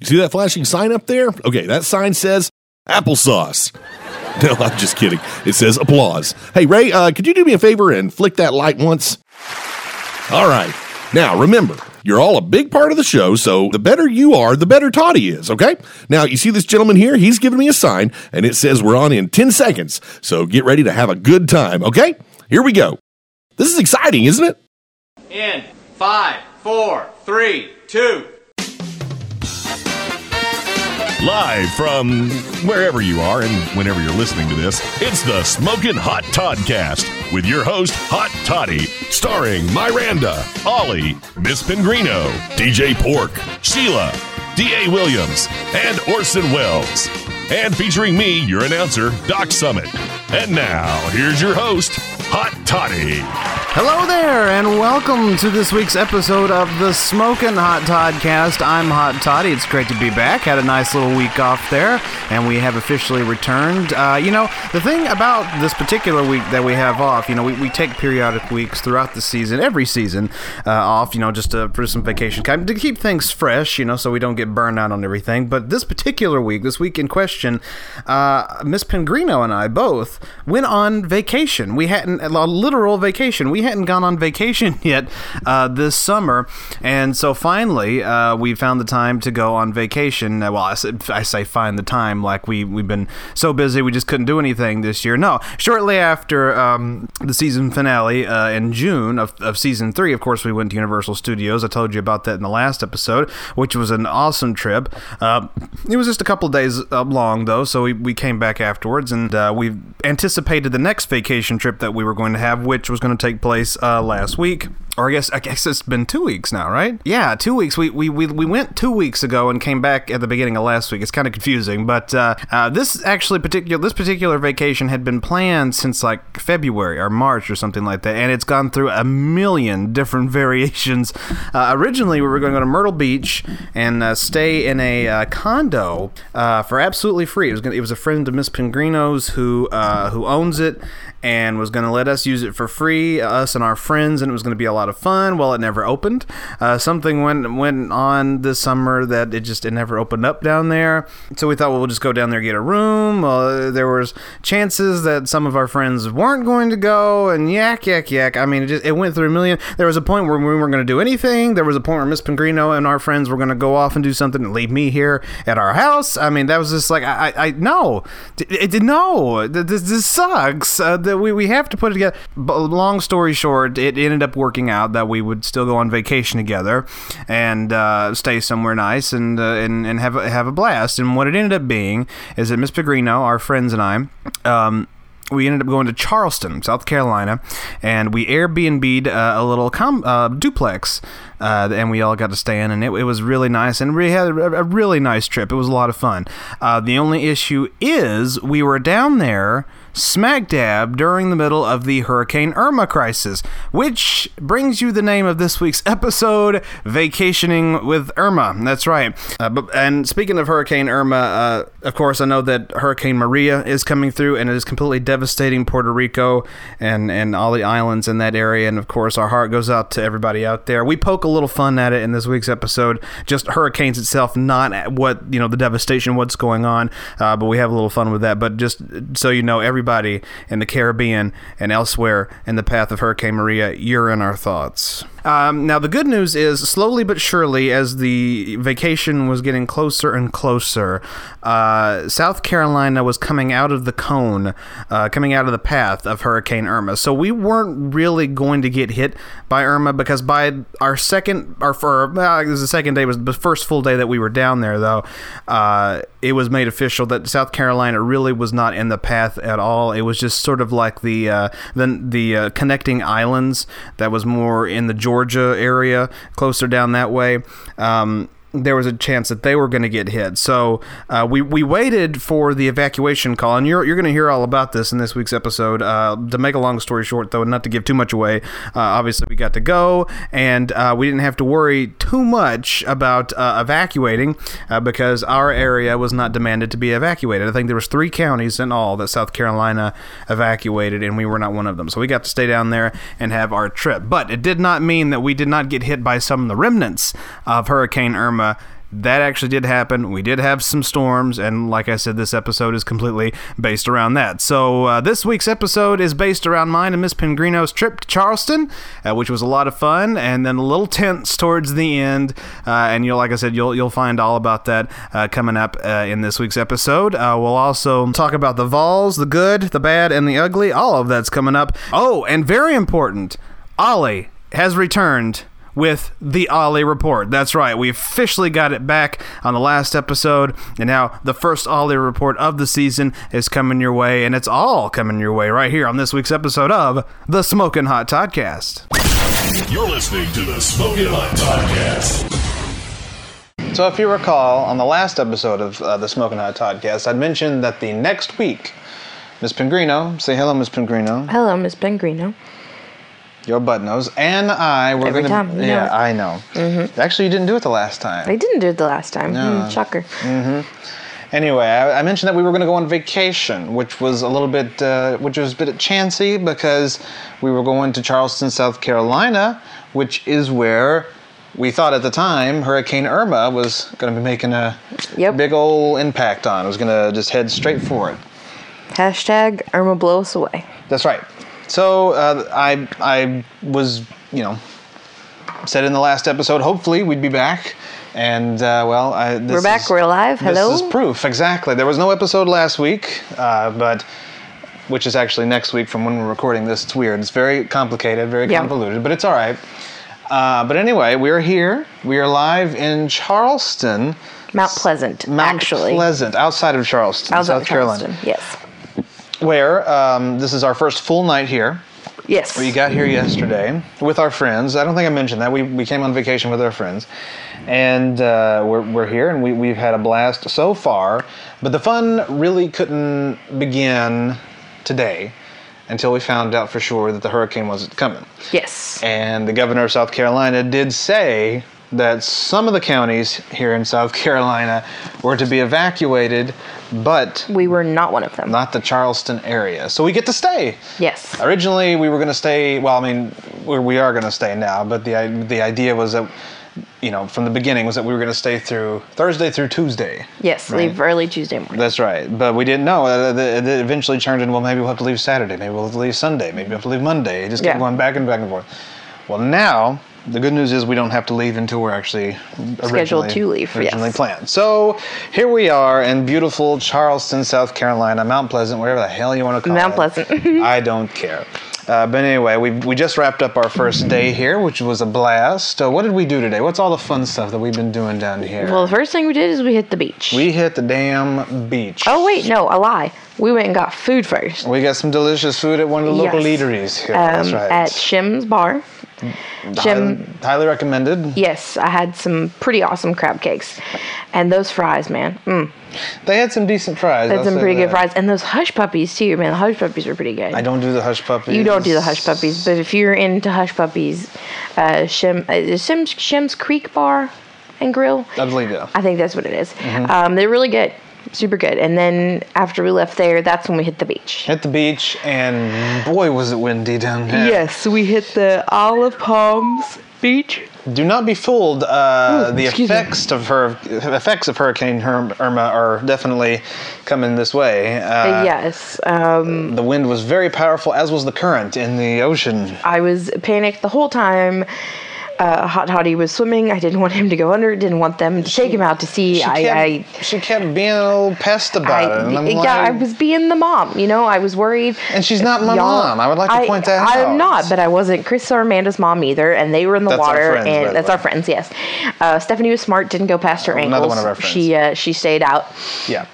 You see that flashing sign up there? Okay, that sign says applesauce. No, I'm just kidding. It says applause. Hey, Ray, uh, could you do me a favor and flick that light once? All right. Now, remember, you're all a big part of the show, so the better you are, the better Toddy is, okay? Now, you see this gentleman here? He's giving me a sign, and it says we're on in 10 seconds, so get ready to have a good time, okay? Here we go. This is exciting, isn't it? In five, four, three, two. Live from wherever you are and whenever you're listening to this, it's the Smokin' Hot Toddcast with your host, Hot Toddy, starring Miranda, Ollie, Miss Pingrino, DJ Pork, Sheila, D.A. Williams, and Orson Welles. And featuring me, your announcer, Doc Summit. And now, here's your host, Hot Toddy. Hello there, and welcome to this week's episode of the Smokin' Hot Toddcast. I'm Hot Toddy. It's great to be back. Had a nice little week off there, and we have officially returned. Uh, you know, the thing about this particular week that we have off, you know, we, we take periodic weeks throughout the season, every season, uh, off, you know, just to, for some vacation time to keep things fresh, you know, so we don't get burned out on everything. But this particular week, this week in question, uh, Miss Pingrino and I both went on vacation. We hadn't a literal vacation. We hadn't gone on vacation yet uh, this summer, and so finally uh, we found the time to go on vacation. Uh, Well, I, said, I say find the time like we we've been so busy we just couldn't do anything this year. No, shortly after um, the season finale uh, in June of, of season three, of course we went to Universal Studios. I told you about that in the last episode, which was an awesome trip. Uh, it was just a couple days uh, long though, so we, we came back afterwards and uh, we anticipated the next vacation trip that we were going to have, which was going to take place uh, last week. Or I guess I guess it's been two weeks now, right? Yeah, two weeks. We we, we, we went two weeks ago and came back at the beginning of last week. It's kind of confusing, but uh, uh, this actually particular this particular vacation had been planned since like February or March or something like that, and it's gone through a million different variations. Uh, originally, we were going to go to Myrtle Beach and uh, stay in a uh, condo uh, for absolutely free. It was gonna, it was a friend of Miss Pingrino's who uh, who owns it and was going to let us use it for free, us and our friends, and it was going to be a lot of fun. Well, it never opened. Uh, something went went on this summer that it just it never opened up down there. So we thought well, we'll just go down there and get a room. Uh, there was chances that some of our friends weren't going to go, and yak yak yak. I mean, it just it went through a million. There was a point where we weren't going to do anything. There was a point where Miss Pingrino and our friends were going to go off and do something and leave me here at our house. I mean, that was just like I I, I no, D- it, it, no, Th- this this sucks. Uh, that we, we have to put it together. But long story short, it ended up working out that we would still go on vacation together and uh, stay somewhere nice and uh, and and have a, have a blast. And what it ended up being is that Miss Pegrino, our friends, and I. Um, we ended up going to Charleston, South Carolina, and we Airbnb'd uh, a little com- uh, duplex, uh, and we all got to stay in, and it, it was really nice, and we had a, a really nice trip. It was a lot of fun. Uh, the only issue is we were down there smack dab during the middle of the Hurricane Irma crisis, which brings you the name of this week's episode, Vacationing with Irma. That's right. Uh, but, and speaking of Hurricane Irma, uh, of course, I know that Hurricane Maria is coming through and it is completely devastating Puerto Rico and, and all the islands in that area. And of course, our heart goes out to everybody out there. We poke a little fun at it in this week's episode, just hurricanes itself, not at what, you know, the devastation, what's going on. Uh, but we have a little fun with that. But just so you know, everybody in the Caribbean and elsewhere in the path of Hurricane Maria, you're in our thoughts. Um, now, the good news is, slowly but surely, as the vacation was getting closer and closer, uh, South Carolina was coming out of the cone, uh, coming out of the path of Hurricane Irma. So we weren't really going to get hit by Irma because by our second, or for well, it was the second day, it was the first full day that we were down there, though, uh, it was made official that South Carolina really was not in the path at all. It was just sort of like the uh, the, the uh, connecting islands that was more in the Georgia area, closer down that way. Um, there was a chance that they were going to get hit. So uh, we, we waited for the evacuation call, and you're, you're going to hear all about this in this week's episode. Uh, to make a long story short, though, and not to give too much away, uh, obviously we got to go, and uh, we didn't have to worry too much about uh, evacuating uh, because our area was not demanded to be evacuated. I think there was three counties in all that South Carolina evacuated, and we were not one of them. So we got to stay down there and have our trip. But it did not mean that we did not get hit by some of the remnants of Hurricane Irma that actually did happen. We did have some storms, and like I said, this episode is completely based around that. So uh, this week's episode is based around mine and Miss Pingrino's trip to Charleston, uh, which was a lot of fun, and then a little tense towards the end. Uh, and you'll, like I said, you'll you'll find all about that uh, coming up uh, in this week's episode. Uh, we'll also talk about the Vols, the good, the bad, and the ugly. All of that's coming up. Oh, and very important, Ollie has returned with the Ollie Report. That's right. We officially got it back on the last episode, and now the first Ollie Report of the season is coming your way, and it's all coming your way right here on this week's episode of the Smoking Hot Podcast. You're listening to the Smoking Hot Podcast. So, if you recall, on the last episode of uh, the Smoking Hot Podcast, I'd mentioned that the next week, Miss Pingrino, say hello, Miss Pingrino, Hello, Miss Pellegrino. your butt nose, and I were Every going to. time, you know yeah, it. Mm-hmm. I know. Actually, you didn't do it the last time. I didn't do it the last time. Hmm, shocker. Mm-hmm. Anyway, I, I mentioned that we were going to go on vacation, which was a little bit, uh, which was a bit chancy because we were going to Charleston, South Carolina, which is where we thought at the time Hurricane Irma was going to be making a Yep. big old impact on. It was going to just head straight for it. Hashtag Irma blow us away. That's right. So uh, I I was you know said in the last episode. Hopefully we'd be back, and uh, well, I, this We're back. is- We're alive. Hello. This is proof exactly. There was no episode last week, uh, but which is actually next week from when we're recording this. It's weird. It's very complicated, very Yeah. convoluted, but it's all right. Uh, but anyway, we are here. We are live in Charleston, Mount Pleasant, Mount actually. Pleasant, outside of Charleston, Outside South of Carolina, Charleston. Yes. where um, this is our first full night here. Yes. We got here yesterday with our friends. I don't think I mentioned that. We, we came on vacation with our friends. And uh, we're, we're here and we, we've had a blast so far. But the fun really couldn't begin today until we found out for sure that the hurricane wasn't coming. yes. And the governor of South Carolina did say that some of the counties here in South Carolina were to be evacuated, but we were not one of them. not the Charleston area. So we get to stay. yes. Originally, we were going to stay. Well, I mean, we we are going to stay now, but the i- the idea was that, you know, from the beginning was that we were going to stay through Thursday through Tuesday. Yes. Right. Leave early Tuesday morning. That's right, but we didn't know. Uh, the- It eventually turned into well, maybe we'll have to leave Saturday, maybe we'll have to leave Sunday, maybe we'll have to leave Monday. It just kept Yeah. going back and back and forth. Well, now the good news is we don't have to leave until we're actually Scheduled originally- to leave, yes. Originally planned. So here we are in beautiful Charleston, South Carolina, Mount Pleasant, wherever the hell you want to call Mount it. Pleasant. I don't care. Uh, but anyway, we, we just wrapped up our first day here, which was a blast. So, what did we do today? What's all the fun stuff that we've been doing down here? Well, the first thing we did is we hit the beach. we hit the damn beach. oh wait, no, a lie. We went and got food first. We got some delicious food at one of the local Yes. eateries here. That's Um, right. At Shim's bar. highly, Shim. highly recommended. Yes, I had some pretty awesome crab cakes, and those fries, man. Mm, They had some decent fries. that's I'll some say pretty good that. fries, and those hush puppies too, man. The hush puppies were pretty good. I don't do the hush puppies. You don't do the hush puppies, but if you're into hush puppies, uh, Shim, uh, is Shim's, Shim's Creek Bar and Grill. I believe you. I think that's what it is. Um, they're really good, super good. And then after we left there, that's when we hit the beach. Hit the beach, and boy, was it windy down here. Yes, we hit the Olive Palms Beach. Do not be fooled. Uh, the excuse me. effects of her effects of Hurricane Herm- Irma are definitely coming this way. Uh, yes, um, The wind was very powerful, as was the current in the ocean. I was panicked the whole time. Uh, Hot Toddy was swimming. I didn't want him to go under. Didn't want them to take him out to sea. She I, kept, I she kept being a little pest about it, and I'm yeah, like, I was being the mom. You know, I was worried. And she's not my Y'all- mom. I would like to point that out. I'm not, but I wasn't Chris or Amanda's mom either, and they were in the That's our water. friends, by the and that's way. our friends. Yes, uh, Stephanie was smart. Didn't go past her ankles. Another one of our friends. She uh, she stayed out. yeah.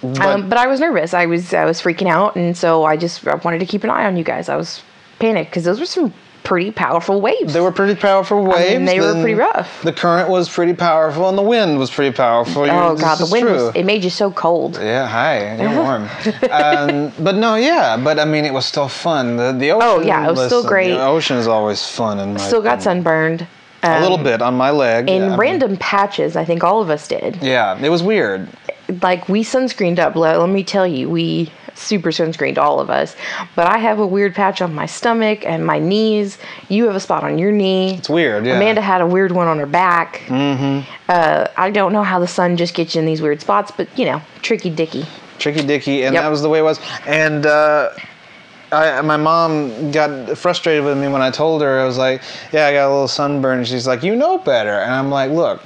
But, um, but I was nervous. I was I was freaking out, and so I just I wanted to keep an eye on you guys. I was panicked because those were some pretty powerful waves. They were pretty powerful waves. they were then pretty rough. The current was pretty powerful, and the wind was pretty powerful. oh This god, the is wind true. was, it made you so cold. yeah, hi. You're warm. um, but no, yeah. But I mean, it was still fun. The, the ocean. Oh, yeah, it was still listen, great. The ocean is always fun, and Still got sunburned. a um, little bit on my leg. in yeah, I mean, random patches. I think all of us did. yeah, Um, it was weird. like we sunscreened up. Let, let me tell you, we super sunscreened all of us. But I have a weird patch on my stomach and my knees. You have a spot on your knee. It's weird, yeah. Amanda had a weird one on her back. Mm-hmm. Uh, I don't know how the sun just gets you in these weird spots, but you know, tricky dicky. Tricky Dicky, and Yep. that was the way it was. And uh, I, my mom got frustrated with me when I told her. I was like, "Yeah, I got a little sunburn." And she's like, "You know better." And I'm like, "Look,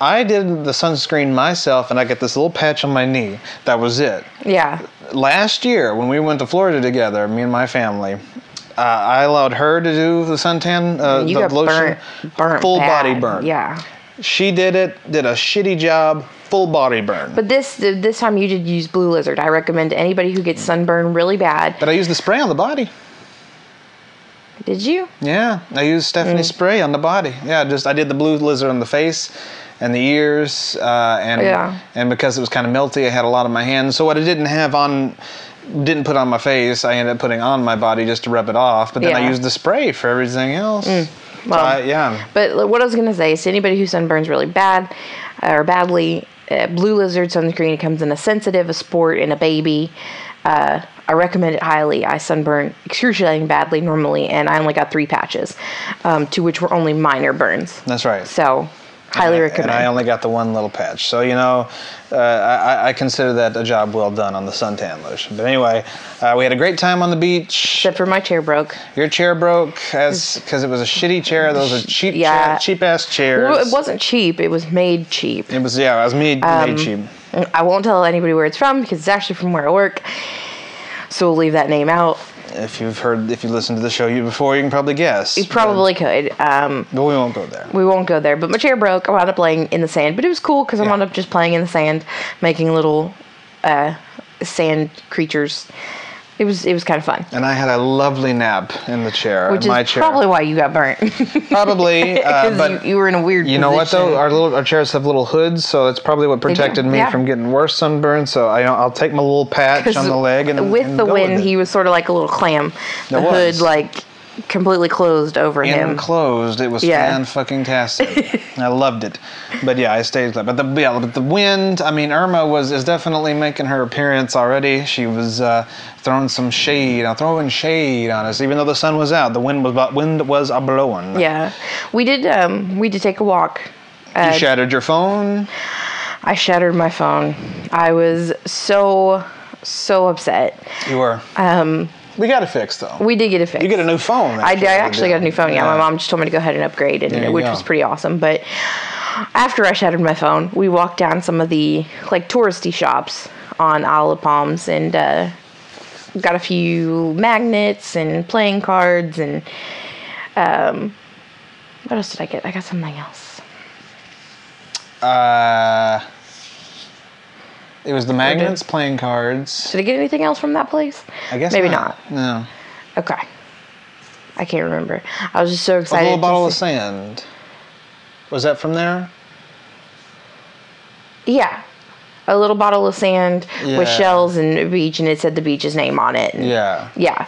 I did the sunscreen myself, and I got this little patch on my knee. That was it." Yeah. last year when we went to Florida together, me and my family, uh, I allowed her to do the suntan, uh, You the got lotion, burnt, burnt full bad. body burn. Yeah. she did it. Did a shitty job. Full body burn. But, But this this time you did use Blue Lizard. I recommend to anybody who gets sunburn really bad. I used the spray on the body. Did you? Yeah, I used Stephanie's Mm. spray on the body. Yeah, just I did the blue lizard on the face and the ears, uh, and Yeah. and because it was kind of melty, I had a lot on my hands. So what I didn't have on, didn't put on my face, I ended up putting on my body just to rub it off. But then I Yeah. Mm. used the spray for everything else. So well. I- yeah, But li- what I was gonna say is, to anybody who sunburns really bad uh, or badly, uh, Blue Lizard sunscreen comes in a sensitive, a sport, and a baby. Uh, I recommend it highly. I sunburn excruciating badly normally, and I only got three patches, um, to which were only minor burns. that's right. So, highly recommend. And I only got the one little patch. So, you know, uh, I, I consider that a job well done on the suntan lotion. But anyway, uh, we had a great time on the beach. Except for my chair broke. Your chair broke because it was a shitty chair. Those are cheap, Yeah. cheap ass chairs. Well, it wasn't cheap. It was made cheap. It was yeah. It was me, made cheap. Um, I won't tell anybody where it's from because it's actually from where I work. So we'll leave that name out. If you've heard, if you listened to the show you before, you can probably guess. You probably could. Um, But we won't go there. we won't go there. But my chair broke. I wound up playing in the sand, but it was cool because I Yeah. wound up just playing in the sand, making little uh, sand creatures. It was it was kind of fun, And I had a lovely nap in the chair, which in my is chair. probably why you got burnt. probably, uh, 'Cause but you, you were in a weird. You know what though? position. Our little our chairs have little hoods, so that's probably what do, protected me yeah. from getting worse sunburn. So I, I'll take my little patch 'Cause on the leg and with and the go with wind, it. he was sort of like a little clam. The It hood was. like completely closed over him. enclosed. It was Yeah. fan fucking tastic. I loved it, but yeah, I stayed. But the yeah, but the wind. I mean, Irma was is definitely making her appearance already. She was uh, throwing some shade, uh, throwing shade on us, even though the sun was out. The wind was bu- wind was a blowing. yeah, we did. Um, we did take a walk. Uh, You shattered your phone. I shattered my phone. I was so so upset. You were. Um, we got it fixed though. We did get it fixed. you get a new phone. I, after did- I that, actually got a new phone. Yeah. my mom just told me to go ahead and upgrade, and There you which go. was pretty awesome. But after I shattered my phone, we walked down some of the like touristy shops on Isle of Palms and uh, got a few magnets and playing cards and um, what else did I get? I got something else. Uh, it was the magnets playing cards. Did I get anything else from that place? I guess maybe not. No, Okay. I can't remember. I was just so a excited. little to bottle of see- sand. Was that from there? Yeah. A little bottle of sand with Yeah. shells and a beach, and it said the beach's name on it. and- Mm-hmm. Yeah.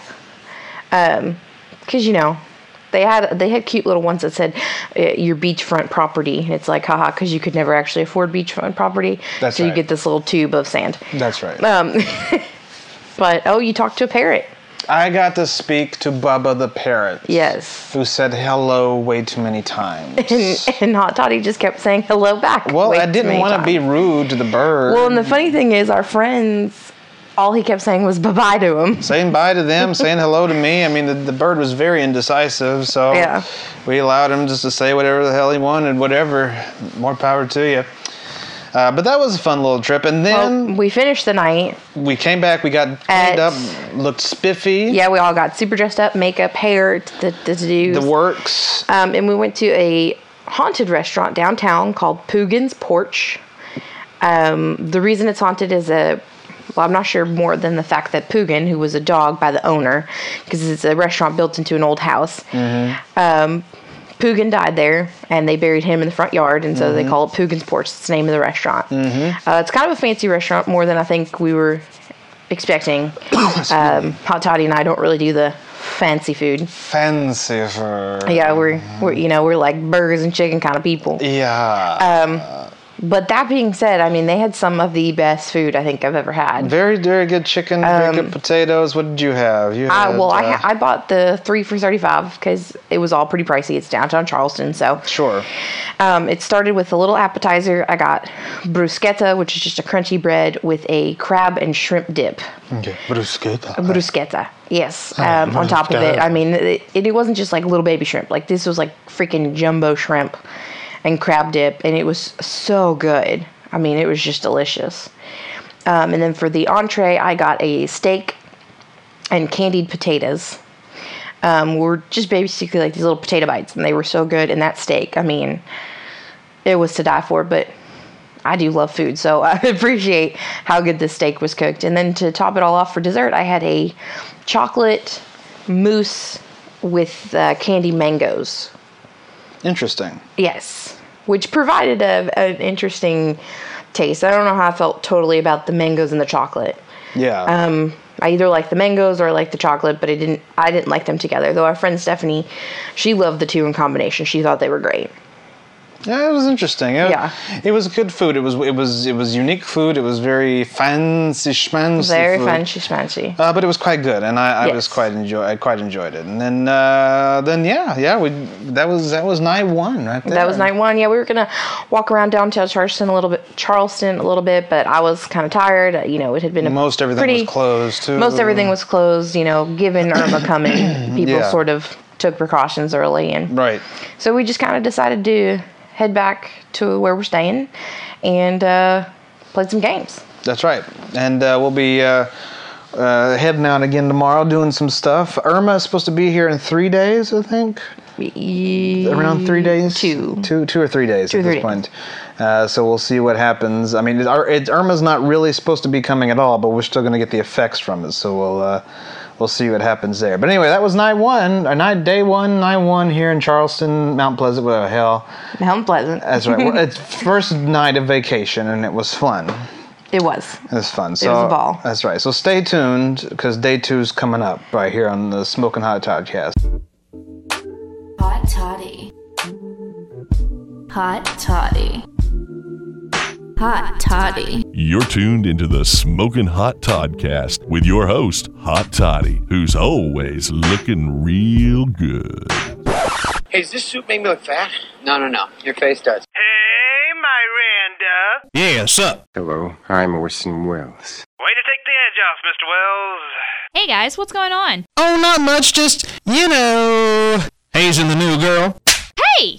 Yeah. Um, cause you know, they had they had cute little ones that said uh, your beachfront property, and it's like haha, cause you could never actually afford beachfront property, That's so right. you get this little tube of sand. That's right. Um, but oh, you talked to a parrot. I got to speak to Bubba the parrot. Yes. Who said hello way too many times. And Hot Toddy just kept saying hello back. well, way I too didn't many want to times. be rude to the bird. Well, and the funny thing is, our friends, all he kept saying was bye bye to him. saying bye to them, saying hello to me. I mean, the, the bird was very indecisive, so Yeah. we allowed him just to say whatever the hell he wanted, whatever. More power to you. Uh, but that was a fun little trip. And Well, then we finished the night. we came back, we got At- cleaned up, looked spiffy, Yeah, we all got super dressed up, makeup, hair, the the to the do. works. Um, and we went to a haunted restaurant downtown called Pugin's Porch. Um, the reason it's haunted is a well, I'm not sure more than the fact that Pugin, who was a dog by the owner, because it's a restaurant built into an old house, Mm-hmm. um, Pugin died there, and they buried him in the front yard, and so Mm-hmm. they call it Pugin's Porch. It's the name of the restaurant. Uh, it's kind of a fancy restaurant, more than I think we were expecting. um, Hot Toddy and I don't really do the fancy food. Fancy for. Yeah, we're we're you know we're like burgers and chicken kind of people. Yeah. Um, But that being said, I mean, they had some of the best food I think I've ever had. Very, very good chicken, very good potatoes. What did you have? You Um, I, had, well, I, uh, ha- I bought the three for 35 because it was all pretty pricey. It's downtown Charleston. So sure. um, it started with a little appetizer. I got bruschetta, which is just a crunchy bread with a crab and shrimp dip. Okay, bruschetta. Bruschetta, yes. Um, on top of it, bruschetta. I mean, it, it wasn't just like little baby shrimp. Like this was like freaking jumbo shrimp and crab dip, and it was so good. I mean, it was just delicious. Um, and then for the entree, I got a steak and candied potatoes. Um, were just basically like these little potato bites, and they were so good. And that steak, I mean, it was to die for. But I do love food, so I appreciate how good this steak was cooked. And then to top it all off for dessert, I had a chocolate mousse with uh, candy mangoes. Interesting. Yes, which provided a, an interesting taste. I don't know how I felt totally about the mangoes and the chocolate. Yeah. Uh, Um, I either like the mangoes or I like the chocolate, but I didn't. I didn't like them together. Though our friend Stephanie, she loved the two in combination. She thought they were great. Yeah, it was interesting. It, Yeah. it was good food. It was it was it was unique food. It was very fancy schmancy. Very food. fancy, fancy. Uh, but it was quite good, and I, I was Yes. quite enjoy. I quite enjoyed it. And then uh, then yeah yeah we that was that was night one right there. That was night one. Yeah, we were gonna walk around downtown Charleston a little bit, Charleston a little bit, but I was kind of tired. Uh, You know, it had been a Most everything pretty- was closed too. Most everything was closed. You know, given Irma coming, people Yeah. sort of took precautions early, and right. so we just kind of decided to head back to where we're staying and uh, played some games. That's right. And uh, we'll be uh, uh, heading out again tomorrow, doing some stuff. Irma is supposed to be here in three days, I think. around three days, Two. two, two or three days or at three days. this point. Uh, so we'll see what happens. I mean, it, Ir- it, Irma's not really supposed to be coming at all, but we're still going to get the effects from it. So we'll uh, we'll see what happens there. But anyway, that was night one, or night day one, night one here in Charleston, Mount Pleasant, whatever the hell. Mount Pleasant. That's right. Well, it's first night of vacation, and it was fun. It was. It was fun. So was a ball. That's right. So stay tuned because day two's coming up right here on the Smoking Hot Podcast. Hot toddy. Hot toddy. Hot toddy. You're tuned into the Smoking Hot Toddcast with your host, Hot Toddy, who's always looking real good. Hey, does this soup make me look fat? No, no, no. Your face does. Hey, Miranda. Hello, I'm Orson Welles. Way to take the edge off, Mr. Wells. Hey guys, what's going on? Oh, not much, just, you know, Hayes and the new girl. Hey!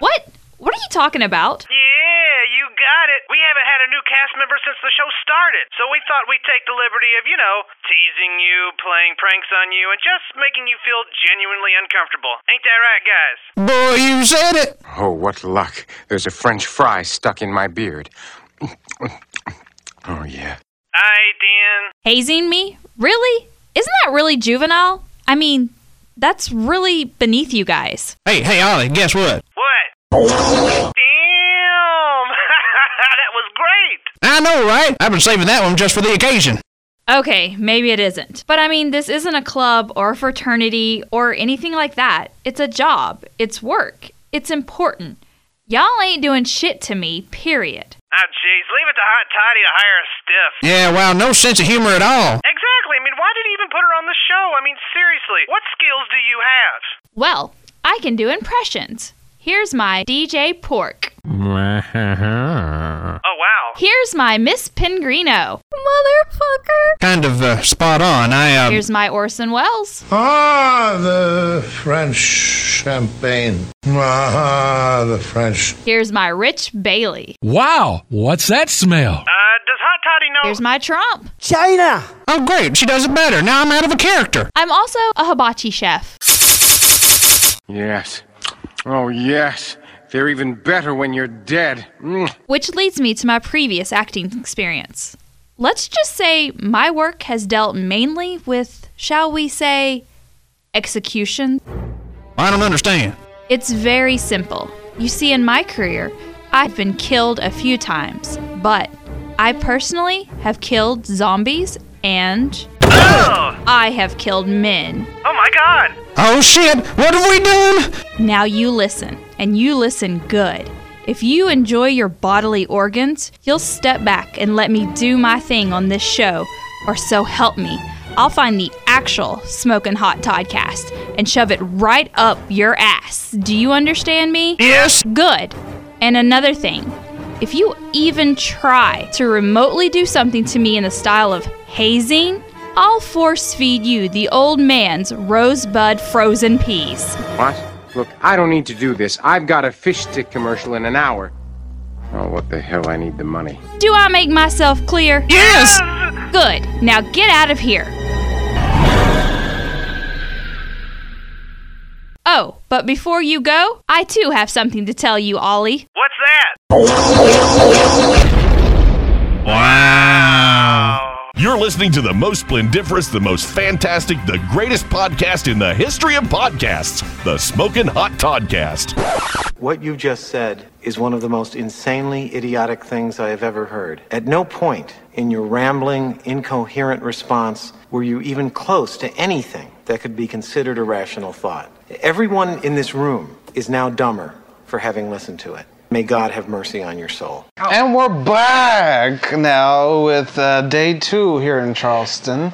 what? What are you talking about? Yeah, you got it. We haven't had a new cast member since the show started, so we thought we'd take the liberty of, you know, teasing you, playing pranks on you, and just making you feel genuinely uncomfortable. Ain't that right, guys? Boy, you said it! Oh, what luck. There's a French fry stuck in my beard. Oh, yeah. Aye, Dan. Hazing me? Really? Isn't that really juvenile? I mean, that's really beneath you guys. Hey, hey, Ollie, guess what? What? Damn! that was great! I know, right? I've been saving that one just for the occasion. Okay, maybe it isn't. But I mean, this isn't a club or a fraternity or anything like that. It's a job, it's work, it's important. Y'all ain't doing shit to me, period. Ah, Oh, jeez, leave it to Hot Toddy to hire a stiff. Yeah, wow, no sense of humor at all. Exactly. I mean, why did he even put her on the show? I mean, seriously, what skills do you have? Well, I can do impressions. Here's my DJ Pork. Oh, wow. Here's my Miss Pingrino. Motherfucker. Kind of uh, spot on. I, uh. Here's my Orson Welles. Ah, the French champagne. Ah, the French. Here's my Rich Bailey. Wow, what's that smell? Uh, does Hot Toddy know? Here's my Trump. Oh, great, she does it better. Now I'm out of a character. I'm also a hibachi chef. Yes. Oh, yes. They're even better when you're dead. Mm. Which leads me to my previous acting experience. Let's just say my work has dealt mainly with, shall we say, execution. I don't understand. It's very simple. You see, in my career, I've been killed a few times, but I personally have killed zombies and I have killed men. oh, my God. Oh, shit. What have we done? Now you listen, and you listen good. If you enjoy your bodily organs, you'll step back and let me do my thing on this show, or so help me. I'll find the actual Smokin' Hot Toddcast and shove it right up your ass. Do you understand me? Yes. Good. And another thing, if you even try to remotely do something to me in the style of hazing, I'll force feed you the old man's rosebud frozen peas. What? Look, I don't need to do this. I've got a fish stick commercial in an hour. Oh, what the hell? I need the money. Do I make myself clear? Yes! Good. Now get out of here. Oh, but before you go, I too have something to tell you, Ollie. What's that? Wow. You're listening to the most splendiferous, the most fantastic, the greatest podcast in the history of podcasts, the Smokin' Hot Toddcast. What you just said is one of the most insanely idiotic things I have ever heard. At no point in your rambling, incoherent response were you even close to anything that could be considered a rational thought. Everyone in this room is now dumber for having listened to it. May God have mercy on your soul. And we're back now with uh, day two here in Charleston.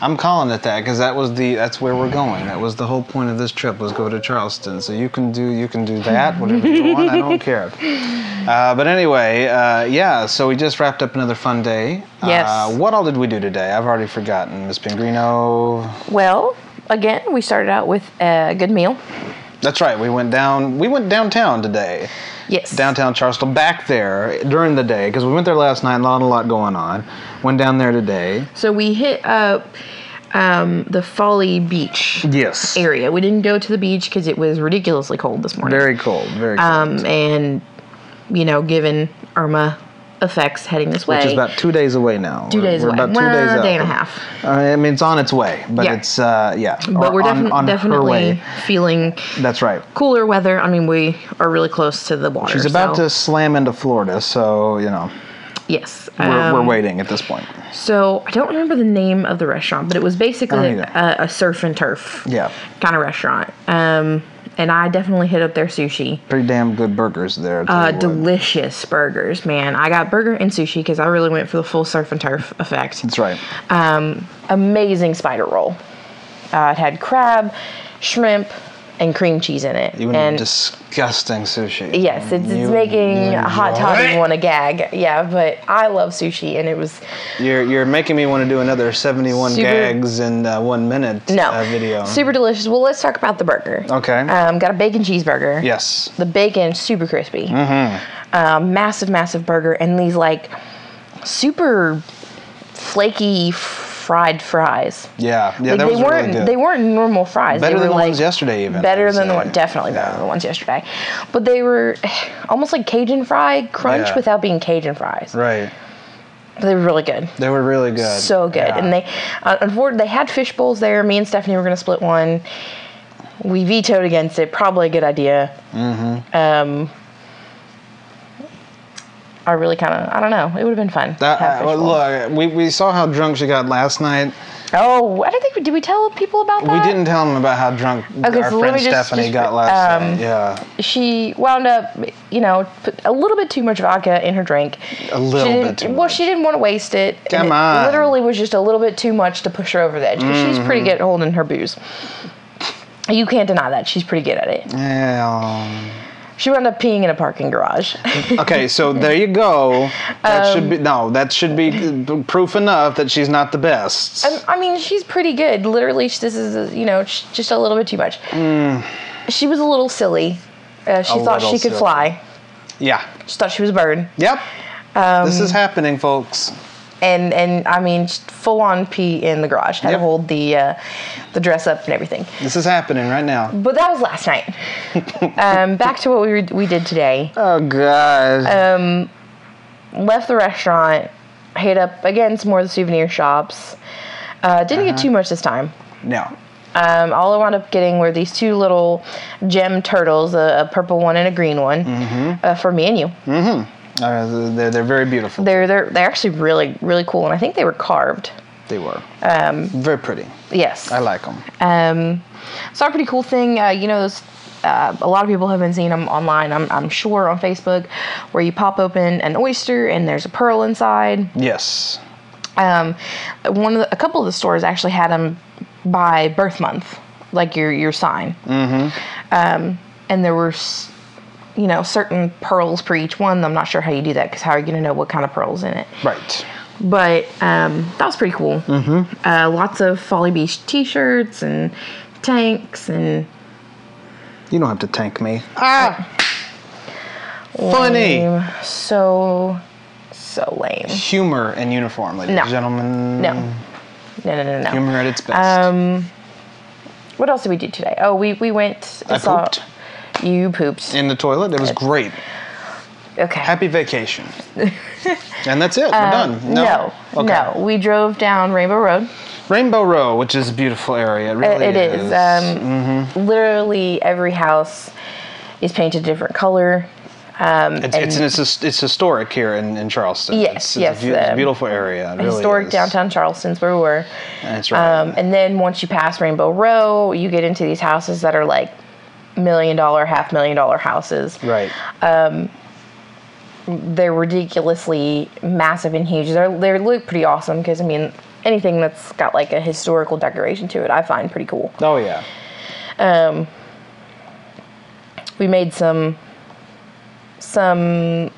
I'm calling it that because that was the that's where we're going. That was the whole point of this trip was go to Charleston. So you can do you can do that whatever you want. I don't care. Uh, but anyway, uh, yeah. So we just wrapped up another fun day. Yes. Uh, what all did we do today? I've already forgotten. Miss Pingrino. Well, again, we started out with a good meal. That's right. We went down. We went downtown today. Yes. Downtown Charleston, back there during the day because we went there last night. Not a lot going on. Went down there today. So we hit up um, the Folly Beach Yes. area. We didn't go to the beach because it was ridiculously cold this morning. Very cold. Very cold. Um, and you know, given Irma effects heading this way, Which is about two days away now. Two days we're away. About two Well, days a out. day and a half. Uh, I mean, it's on its way, but Yeah. it's uh, yeah. but or we're on, defin- on her definitely way. feeling That's right. cooler weather. I mean, we are really close to the water. She's about so- to slam into Florida, so you know Yes, we're, we're um, waiting at this point. So I don't remember the name of the restaurant, but it was I basically don't a, a surf and turf Yeah, kind of restaurant. Um, and I definitely hit up their sushi. pretty damn good burgers there. I'll tell Uh, you what. delicious burgers, man. I got burger and sushi because I really went for the full surf and turf effect. That's right. Um, amazing spider roll. Uh, it had crab, shrimp, and cream cheese in it. You and and disgusting sushi. yes, it's, it's You- making you hot enjoy toddy it? want to gag. Yeah, but I love sushi, and it was You're you're making me want to do another 71 Super- gags in uh, one minute no uh, video. super delicious. Well, let's talk about the burger. Okay. Um, got a bacon cheeseburger. yes. The bacon super crispy. Mm-hmm. um, massive, massive burger and these like super flaky fried fries. Yeah. Yeah. like, that they was weren't really good. they weren't normal fries. better they than were the like ones yesterday, even. better I'd than the say. one definitely better than the ones yesterday, but they were almost like Cajun fry crunch Yeah. without being Cajun fries. Right. They were really good. They were really good. So good, and they, uh, unfortunately, they had fish bowls there. Me and Stephanie were going to split one. We vetoed against it. Probably a good idea. Mm-hmm. Um, I really kind of, I don't know. It would have been fun. to have That, uh, fish well, bowls. look, we, we saw how drunk she got last night. Oh, I don't think we did. We tell people about that. We didn't tell them about how drunk Okay, our so let friend me just- Stephanie just, got last um, night. Yeah, She wound up, you know, put a little bit too much vodka in her drink. a little she didn't- bit too Well, she didn't want to waste it. and Come it on. Literally was just a little bit too much to push her over the edge. 'cause She's Mm-hmm. pretty good at holding her booze. You can't deny that. She's pretty good at it. Yeah. She wound up peeing in a parking garage. Um, Okay, so there you go. That should Um, be no. That should be proof enough that she's not the best. I, I mean, she's pretty good. Literally, sh- this is, a, you know, sh- just a little bit too much. She was a little silly. Uh, she Mm. A thought little she could silly. fly. yeah. She thought she was a bird. Yep. Um, this is happening, folks. and and I mean full on pee in the garage. Had to Yep. hold the uh, the dress up and everything. This is happening right now. But that was last night. um, back to what we were, we did today. Oh God. Um, left the restaurant, hit up again some more of the souvenir shops. Uh, didn't get too much this time. Uh-huh. no. Um, all I wound up getting were these two little gem turtles, a, a purple one and a green one, uh, for me and you. Mm-hmm. Uh, they're they're very beautiful. They're they're they're actually really really cool, and I think they were carved. They were Um, very pretty. yes. I like them. Um, saw a pretty cool thing. Uh, you know those Uh, a lot of people have been seeing them online, I'm, I'm sure, on Facebook, where you pop open an oyster and there's a pearl inside. Yes. Um, one of the, a couple of the stores actually had them by birth month, like your your sign. Mm-hmm. Um, and there were, s- you know, certain pearls per each one. I'm not sure how you do that because how are you going to know what kind of pearls in it? Right. But um, that was pretty cool. Mm-hmm. Uh, lots of Folly Beach T-shirts and tanks and You don't have to tank me. ah, Funny. So so lame. Humor and uniform, ladies No. and gentlemen. No. No, no, no, no. Humor at its best. Um, what else did we do today? Oh, we we went. and I saw- pooped. You pooped. In the toilet. It was great. Okay. Happy vacation. and that's it. We're Um, done. no, no. We drove down Rainbow Road. Rainbow Row, which is a beautiful area. It Uh, really it is. Um, Mhm. Literally every house is painted a different color. Um, Mm. It's, it's, and it's, hist- it's historic here in, in Charleston. Yes, it's, yes, It's a, beau- it's a um, beautiful area. It a really historic is. downtown Charleston's where we were. That's right. Um, and then once you pass Rainbow Row, you get into these houses that are like million dollar, half million dollar houses. right. Um, they're ridiculously massive and huge. They're, they look pretty awesome because, I mean, anything that's got like a historical decoration to it, I find pretty cool. Oh, yeah. Um, we made some, some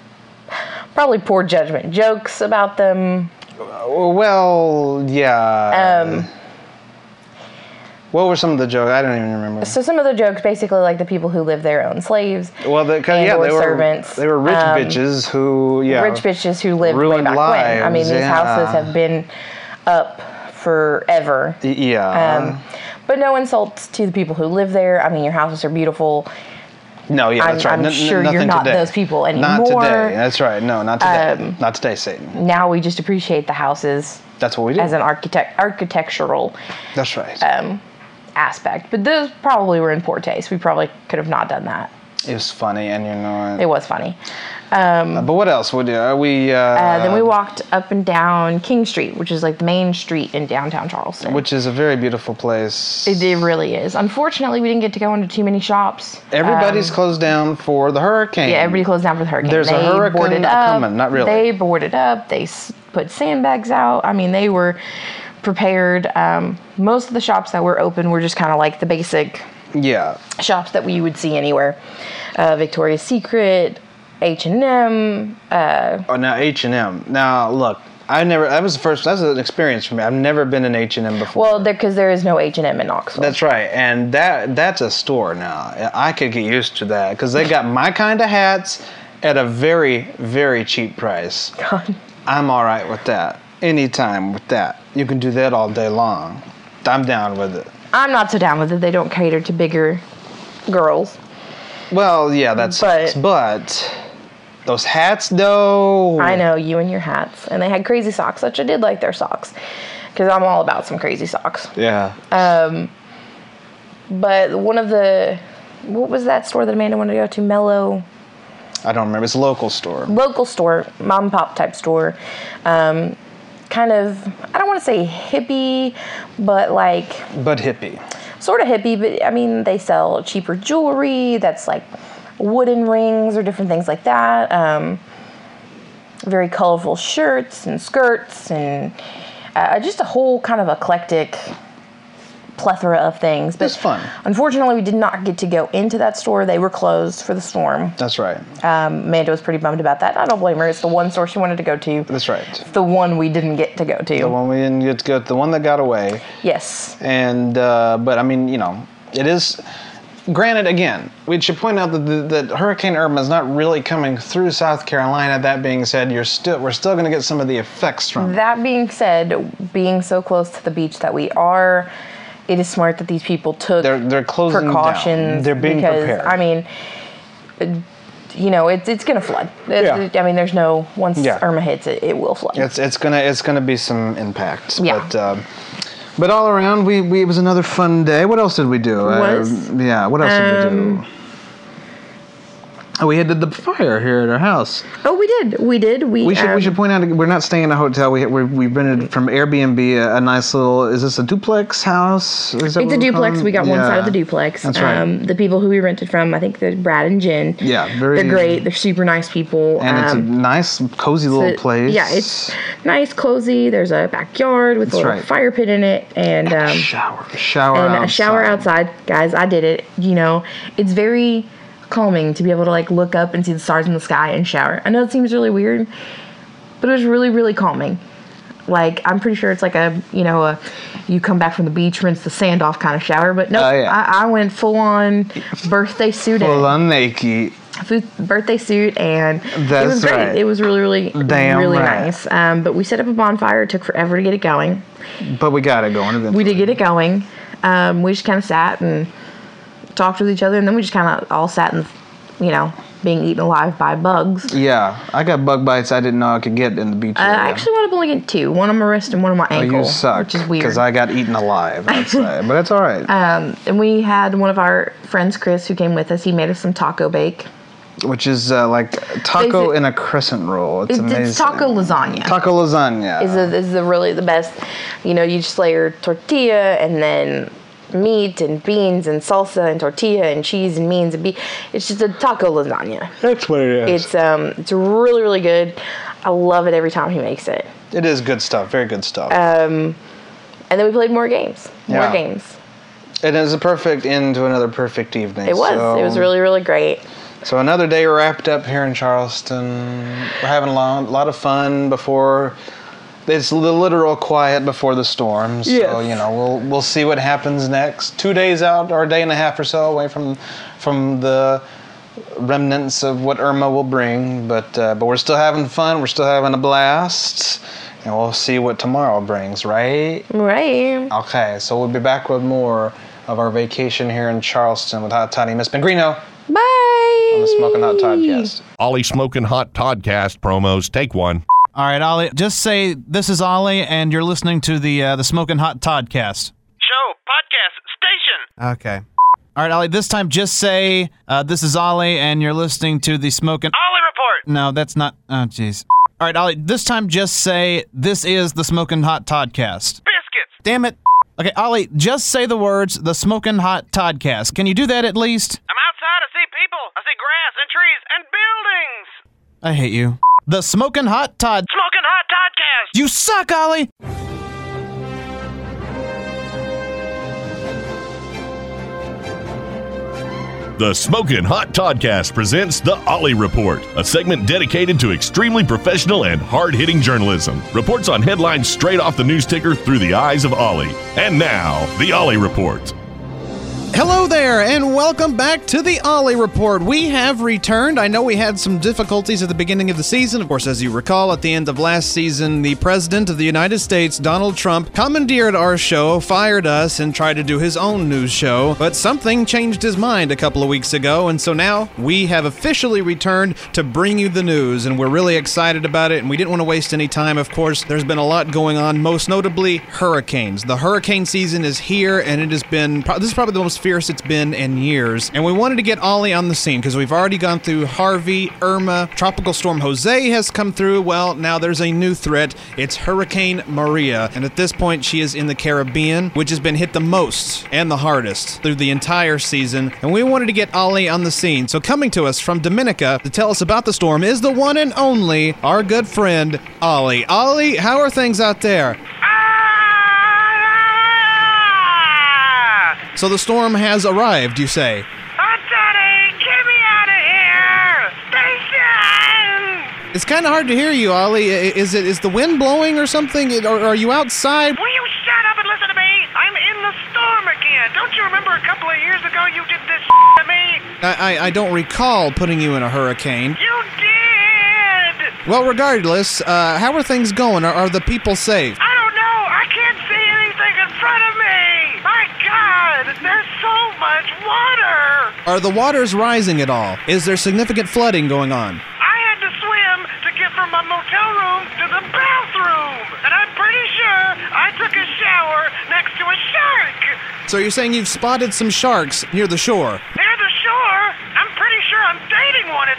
probably poor judgment jokes about them. Uh, Well, yeah. Um, what were some of the jokes? I don't even remember. So some of the jokes basically like the people who live their own slaves. Well, the, 'cause, and yeah, or they were servants, they were rich um, bitches who yeah rich bitches who lived way ruined back when. I mean, lives, these yeah. houses have been up forever. Y- Yeah. Um, but no insults to the people who live there. I mean, your houses are beautiful. no, yeah, I'm- that's right. I'm N- n- sure you're nothing not today. those people Not anymore. today. That's right. No, not today. Um, not today, Satan. Now we just appreciate the houses That's what we do. as an architect architectural that's right. um, aspect. But those probably were in poor taste. We probably could have not done that. it was funny, and you know It was funny. Um, But what else would you? Are we? Uh, uh, then we walked up and down King Street, which is like the main street in downtown Charleston. which is a very beautiful place. It, it really is. Unfortunately, we didn't get to go into too many shops. Everybody's Um, closed down for the hurricane. yeah, everybody closed down for the hurricane. There's a They hurricane boarded not up. coming, not really. They boarded up. They s- put sandbags out. I mean, they were prepared. Um, most of the shops that were open were just kind of like the basic Yeah. shops that we would see anywhere: uh, Victoria's Secret, H and M. Uh, Oh, now H and M. Now look, I never. That was the first. That's an experience for me. I've never been in H and M before. well, because there is no H and M in Knoxville. That's right, and that that's a store now. I could get used to that because they got my kind of hats at a very very cheap price. I'm all right with that. Anytime with that, you can do that all day long. I'm down with it. I'm not so down with it. They don't cater to bigger girls. Well, yeah, that's but, those hats though. I know you and your hats, and they had crazy socks, which I did like their socks because I'm all about some crazy socks. Yeah. Um, but one of the what was that store that Amanda wanted to go to? Mellow I don't remember. It's a local store. local store, mom and pop type store. Um, kind of I don't want to say hippie, but like But hippie. sort of hippie. But I mean, they sell cheaper jewelry that's like wooden rings or different things like that. Um, very colorful shirts and skirts and uh, just a whole kind of eclectic plethora of things. But fun. Unfortunately, we did not get to go into that store. They were closed for the storm. That's right. Um, Amanda was pretty bummed about that. I don't blame her. It's the one store she wanted to go to. That's right. The one we didn't get to go to. The one we didn't get to go. The one that got away. Yes. And uh, but I mean, you know, it is. Granted, again, we should point out that, the, that Hurricane Irma is not really coming through South Carolina. That being said, you're still we're still going to get some of the effects from. it. That being said, being so close to the beach that we are, it is smart that these people took They're closing down. precautions. They're being because, prepared. I mean, uh, you know, it's it's gonna flood. It's- I mean, there's no once Yeah. Irma hits it, it will flood. It's it's gonna it's gonna be some impact. Yeah. But, um, but all around, we, we it was another fun day. What else did we do? Was? yeah. What else did we do? Um, We had the fire here at our house. Oh, we did. We did. We, We should um, we should point out we're not staying in a hotel. We we we rented from Airbnb a, a nice little. Is this a duplex house? Is that It's what a we call duplex. them? We got one Yeah. side of the duplex. Um, That's right. the people who we rented from, I think, the Brad and Jen. yeah, very. they're great. They're super nice people. And it's a Um, nice, cozy so- little place. Yeah, it's nice, cozy. There's a backyard with That's a little right. fire pit in it, and um, shower, shower and outside. a shower outside. Guys, I did it. You know, it's very calming to be able to like look up and see the stars in the sky and shower. I know it seems really weird, but it was really really calming. Like I'm pretty sure it's like a you know a you come back from the beach, rinse the sand off kind of shower. But no, Oh, yeah. I, I went full on birthday suit. Full on naked. Food, birthday suit and it was That's great. right. It was really, really, Damn really right. nice. Um, but we set up a bonfire. It took forever to get it going. But we got it going eventually. We did get it going. Um, we just kind of sat and talked with each other, and then we just kind of all sat and, you know, being eaten alive by bugs. Yeah, I got bug bites I didn't know I could get in the beach. Uh, I actually wound up only getting two: one on my wrist and one on my Oh, ankle, you suck, which is weird. Because I got eaten alive. I'd say. but that's all right. um, and we had one of our friends, Chris, who came with us. He made us some taco bake. Which is uh, like taco in a crescent roll. It's It's, amazing. it's taco lasagna. Taco lasagna. is the, is the really the best. You know, you just layer tortilla and then meat and beans and salsa and tortilla and cheese and beans and be. It's just a taco lasagna. That's what it It's um, it's really really good. I love it every time he makes it. It is good stuff. Very good stuff. Um, and then we played more games, more Yeah. games. it is a perfect end to another perfect evening. It was so- it was really really great. So another day wrapped up here in Charleston. We're having a lot, lot of fun before. It's the literal quiet before the storm. So Yes. you know we'll we'll see what happens next. Two days out, or a day and a half or so away from from the remnants of what Irma will bring. But uh, but we're still having fun. We're still having a blast, and we'll see what tomorrow brings. Right. Right. Okay. So we'll be back with more of our vacation here in Charleston with Hot Toddy Miss Bengrino Bye. on the Smoking Hot Podcast. Ollie Smoking Hot Podcast promos. Take one. All right, Ollie, just say this is Ollie, and you're listening to the uh, the Smoking Hot Toddcast. Show, podcast, station. Okay. All right, Ollie. This time, just say uh, this is Ollie, and you're listening to the Smoking Ollie Report. No, that's not. Oh, jeez. All right, Ollie. This time, just say this is the Smoking Hot Toddcast. Biscuits. Damn it. Okay, Ollie. Just say the words the Smoking Hot Toddcast. Can you do that at least? I'm outside. I see people. I see grass and trees and buildings. I hate you. The Smoking Hot Todd. Smoking hot podcast. You suck, Ollie. The Smokin' Hot Toddcast presents The Ollie Report, a segment dedicated to extremely professional and hard hitting journalism. Reports on headlines straight off the news ticker through the eyes of Ollie. And now, The Ollie Report. Hello there, and welcome back to the Ollie Report. We have returned. I know we had some difficulties at the beginning of the season. Of course, as you recall, at the end of last season, the President of the United States, Donald Trump, commandeered our show, fired us, and tried to do his own news show. But something changed his mind a couple of weeks ago, and so now we have officially returned to bring you the news, and we're really excited about it, and we didn't want to waste any time. Of course, there's been a lot going on, most notably hurricanes. The hurricane season is here, and it has been pro- this is probably the most fierce it's been in years. And we wanted to get Ollie on the scene because we've already gone through Harvey, Irma, Tropical Storm Jose has come through. Well, now there's a new threat. It's Hurricane Maria, and at this point, she is in the Caribbean, which has been hit the most and the hardest through the entire season. And we wanted to get Ollie on the scene. So coming to us from Dominica to tell us about the storm is the one and only our good friend Ollie. Ollie, how are things out there? So the storm has arrived, you say. Hot Toddy, get me out of here. Station. It's kind of hard to hear you, Ollie. I- Is it is the wind blowing or something? It- Or are you outside? Will you shut up and listen to me? I'm in the storm again. Don't you remember a couple of years ago you did this to me? I, I, I don't recall putting you in a hurricane. You did. Well, regardless, uh, how are things going? Are, are the people safe? I don't know. I can't see anything in front of me. My God, there's so much water. Are the waters rising at all? Is there significant flooding going on? I had to swim to get from my motel room to the bathroom, and I'm pretty sure I took a shower next to a shark. So you're saying you've spotted some sharks near the shore? Near the shore, I'm pretty sure I'm dating one at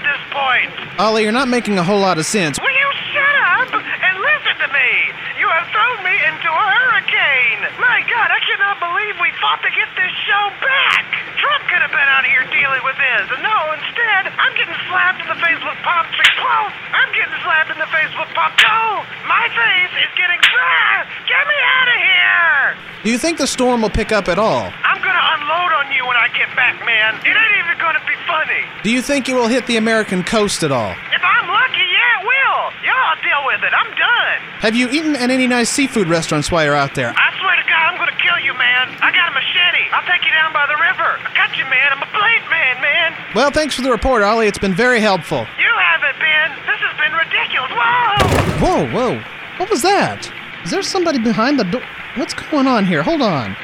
Ollie, you're not making a whole lot of sense. Will you shut up and listen to me? You have thrown me into a hurricane. My God, I cannot believe we fought to get this show back. Trump could have been out here dealing with this. And no, instead, I'm getting slapped in the face with popsicle. I'm getting slapped in the face with pop. No, my face is getting slapped. Get me out of here. Do you think the storm will pick up at all? I'm gonna unload on you when I get back, man. It ain't even gonna be funny. Do you think it will hit the American coast at all? If I'm lucky, yeah, it will. Y'all deal with it. I'm done. Have you eaten at any nice seafood restaurants while you're out there? I swear to God, I'm gonna kill you, man. I got a machete. I'll take you down by the river. I got you, man. I'm a blade man, man. Well, thanks for the report, Ollie. It's been very helpful. You haven't been. This has been ridiculous. Whoa! Whoa, whoa. What was that? Is there somebody behind the door? What's going on here? Hold on.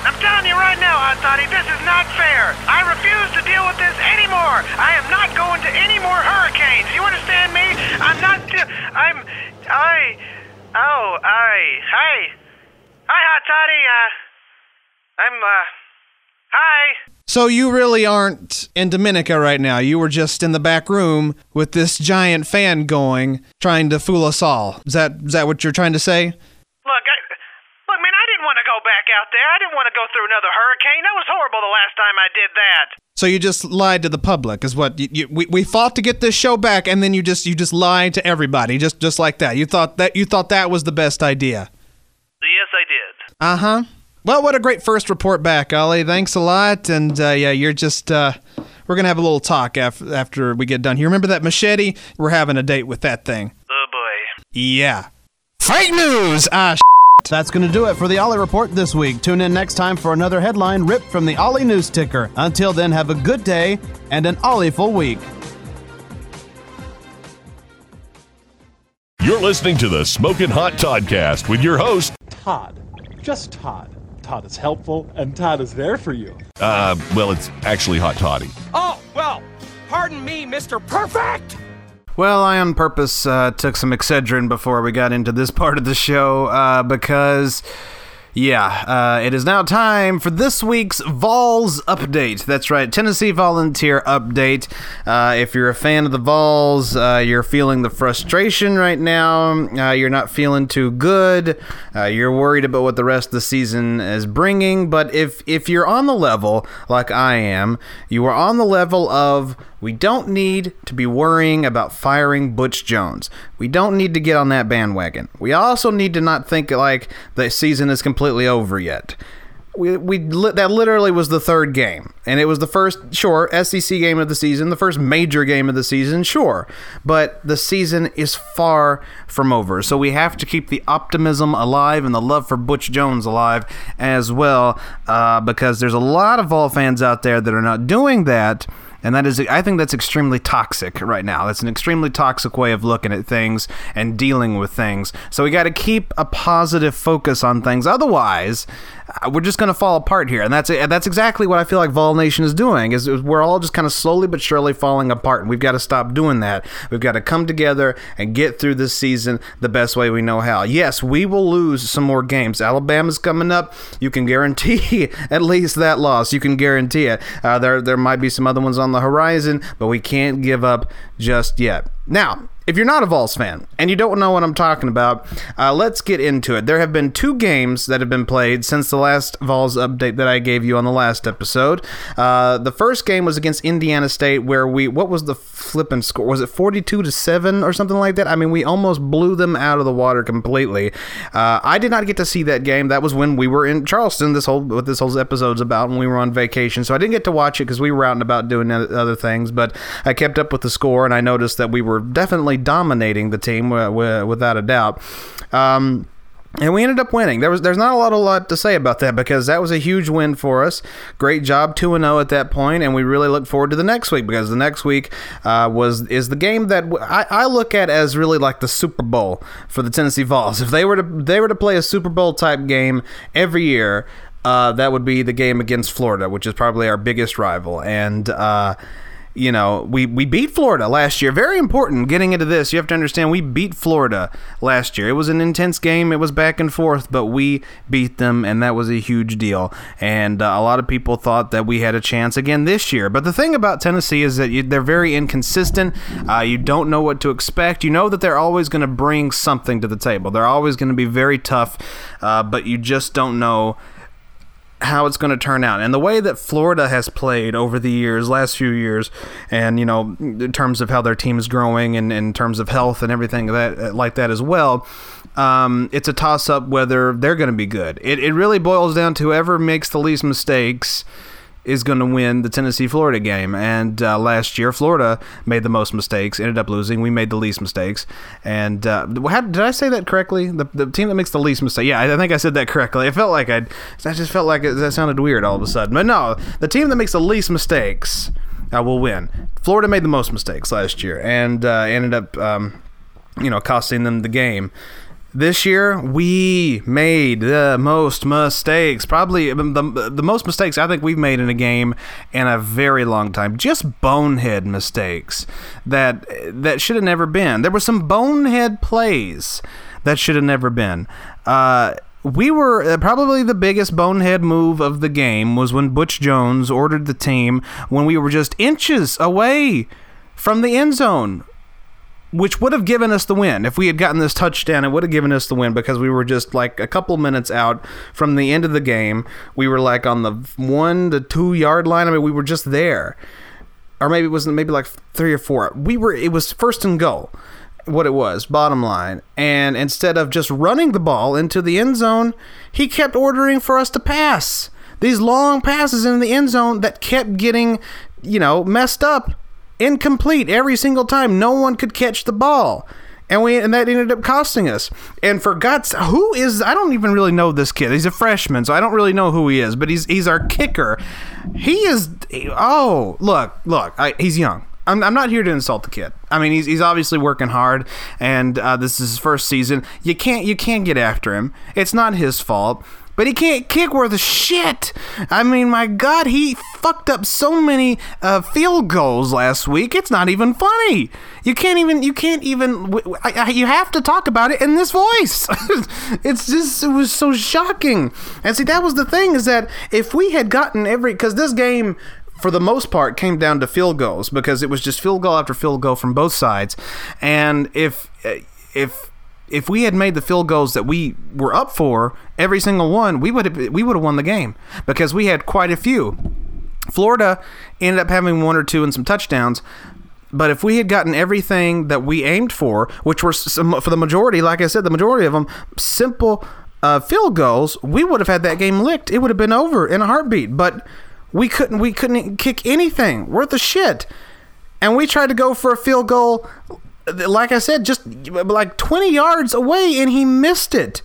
I'm telling you right now, Hot Toddy, this is not fair. I refuse to deal with this anymore. I am not going to any more hurricanes. You understand me? I'm not. de- I'm. I. Oh, I. Hi. Hi, Hot Toddy. Uh. I'm, uh. Hi. So you really aren't in Dominica right now. You were just in the back room with this giant fan going, trying to fool us all. Is that is that what you're trying to say? Look, I. Look, man, I didn't want to go back out there. I didn't want to go through another hurricane. That was horrible the last time I did that. So you just lied to the public, is what you, you, we we fought to get this show back, and then you just you just lied to everybody, just just like that. You thought that you thought that was the best idea. Yes, I did. Uh huh. Well, what a great first report back, Ollie. Thanks a lot, and uh, yeah, you're just uh, we're gonna have a little talk after after we get done here. Remember that machete? We're having a date with that thing. Oh, boy. Yeah. Fake news! Ah, That's going to do it for the Ollie Report this week. Tune in next time for another headline ripped from the Ollie News Ticker. Until then, have a good day and an Ollieful week. You're listening to the Smoking Hot Toddcast with your host, Todd. Just Todd. Todd is helpful, and Todd is there for you. uh, well, it's actually Hot Toddy. Oh, well, pardon me, Mr. Perfect! Well, I on purpose uh, took some Excedrin before we got into this part of the show uh, because, yeah, uh, it is now time for this week's Vols update. That's right, Tennessee Volunteer update. Uh, if you're a fan of the Vols, uh, you're feeling the frustration right now. Uh, you're not feeling too good. Uh, you're worried about what the rest of the season is bringing. But if if you're on the level like I am, you are on the level of we don't need to be worrying about firing Butch Jones. We don't need to get on that bandwagon. We also need to not think like the season is completely over yet. We, we li- that literally was the third game, and it was the first sure SEC game of the season, the first major game of the season, sure. But the season is far from over, so we have to keep the optimism alive and the love for Butch Jones alive as well, uh, because there's a lot of Vol fans out there that are not doing that and that is i think that's extremely toxic right now that's an extremely toxic way of looking at things and dealing with things so we got to keep a positive focus on things otherwise uh, we're just going to fall apart here and that's and that's exactly what i feel like vol nation is doing is is we're all just kind of slowly but surely falling apart and we've got to stop doing that we've got to come together and get through this season the best way we know how yes we will lose some more games alabama's coming up you can guarantee at least that loss you can guarantee it uh, there there might be some other ones on the horizon but we can't give up just yet now if you're not a Vols fan and you don't know what I'm talking about, uh, let's get into it. There have been two games that have been played since the last Vols update that I gave you on the last episode. Uh, the first game was against Indiana State, where we what was the flipping score? Was it 42 to seven or something like that? I mean, we almost blew them out of the water completely. Uh, I did not get to see that game. That was when we were in Charleston. This whole what this whole episode's about when we were on vacation, so I didn't get to watch it because we were out and about doing other things. But I kept up with the score and I noticed that we were definitely dominating the team uh, wi- without a doubt. Um, and we ended up winning. There was there's not a lot a lot to say about that because that was a huge win for us. Great job, two and zero at that point, and we really look forward to the next week because the next week uh, was is the game that w- I, I look at as really like the Super Bowl for the Tennessee Vols. If they were to they were to play a Super Bowl type game every year, uh, that would be the game against Florida, which is probably our biggest rival, and. Uh, you know, we, we beat Florida last year. Very important getting into this. You have to understand we beat Florida last year. It was an intense game, it was back and forth, but we beat them, and that was a huge deal. And uh, a lot of people thought that we had a chance again this year. But the thing about Tennessee is that you, they're very inconsistent. Uh, you don't know what to expect. You know that they're always going to bring something to the table, they're always going to be very tough, uh, but you just don't know how it's going to turn out and the way that Florida has played over the years last few years and you know in terms of how their team is growing and in terms of health and everything that like that as well um, it's a toss up whether they're going to be good it, it really boils down to whoever makes the least mistakes is going to win the Tennessee Florida game and uh, last year Florida made the most mistakes ended up losing we made the least mistakes and uh, how, did I say that correctly the, the team that makes the least mistake yeah I, I think I said that correctly it felt like I I just felt like it, that sounded weird all of a sudden but no the team that makes the least mistakes uh, will win Florida made the most mistakes last year and uh, ended up um, you know costing them the game this year we made the most mistakes probably um, the, the most mistakes i think we've made in a game in a very long time just bonehead mistakes that that should have never been there were some bonehead plays that should have never been uh we were uh, probably the biggest bonehead move of the game was when Butch Jones ordered the team when we were just inches away from the end zone which would have given us the win. If we had gotten this touchdown, it would have given us the win because we were just like a couple minutes out from the end of the game. We were like on the one to two yard line. I mean, we were just there. Or maybe it was maybe like three or four. We were, it was first and goal, what it was, bottom line. And instead of just running the ball into the end zone, he kept ordering for us to pass. These long passes in the end zone that kept getting, you know, messed up incomplete every single time. No one could catch the ball. And we and that ended up costing us. And for guts, who is I don't even really know this kid. He's a freshman, so I don't really know who he is. But he's he's our kicker. He is. Oh, look, look. I, he's young. I'm, I'm not here to insult the kid. I mean, he's, he's obviously working hard, and uh, this is his first season. You can't you can't get after him. It's not his fault but he can't kick worth a shit. I mean, my God, he fucked up so many uh, field goals last week. It's not even funny. You can't even. You can't even. w- w- I- I- you have to talk about it in this voice. it's just. It was so shocking. And see, that was the thing is that if we had gotten every because this game for the most part came down to field goals because it was just field goal after field goal from both sides and if uh, if if we had made the field goals that we were up for every single one we would have we would have won the game because we had quite a few Florida ended up having one or two and some touchdowns but if we had gotten everything that we aimed for which were some, for the majority like I said the majority of them simple uh, field goals we would have had that game licked it would have been over in a heartbeat but we couldn't we couldn't kick anything worth a shit. And we tried to go for a field goal uh, like I said just like 20 yards away and he missed it.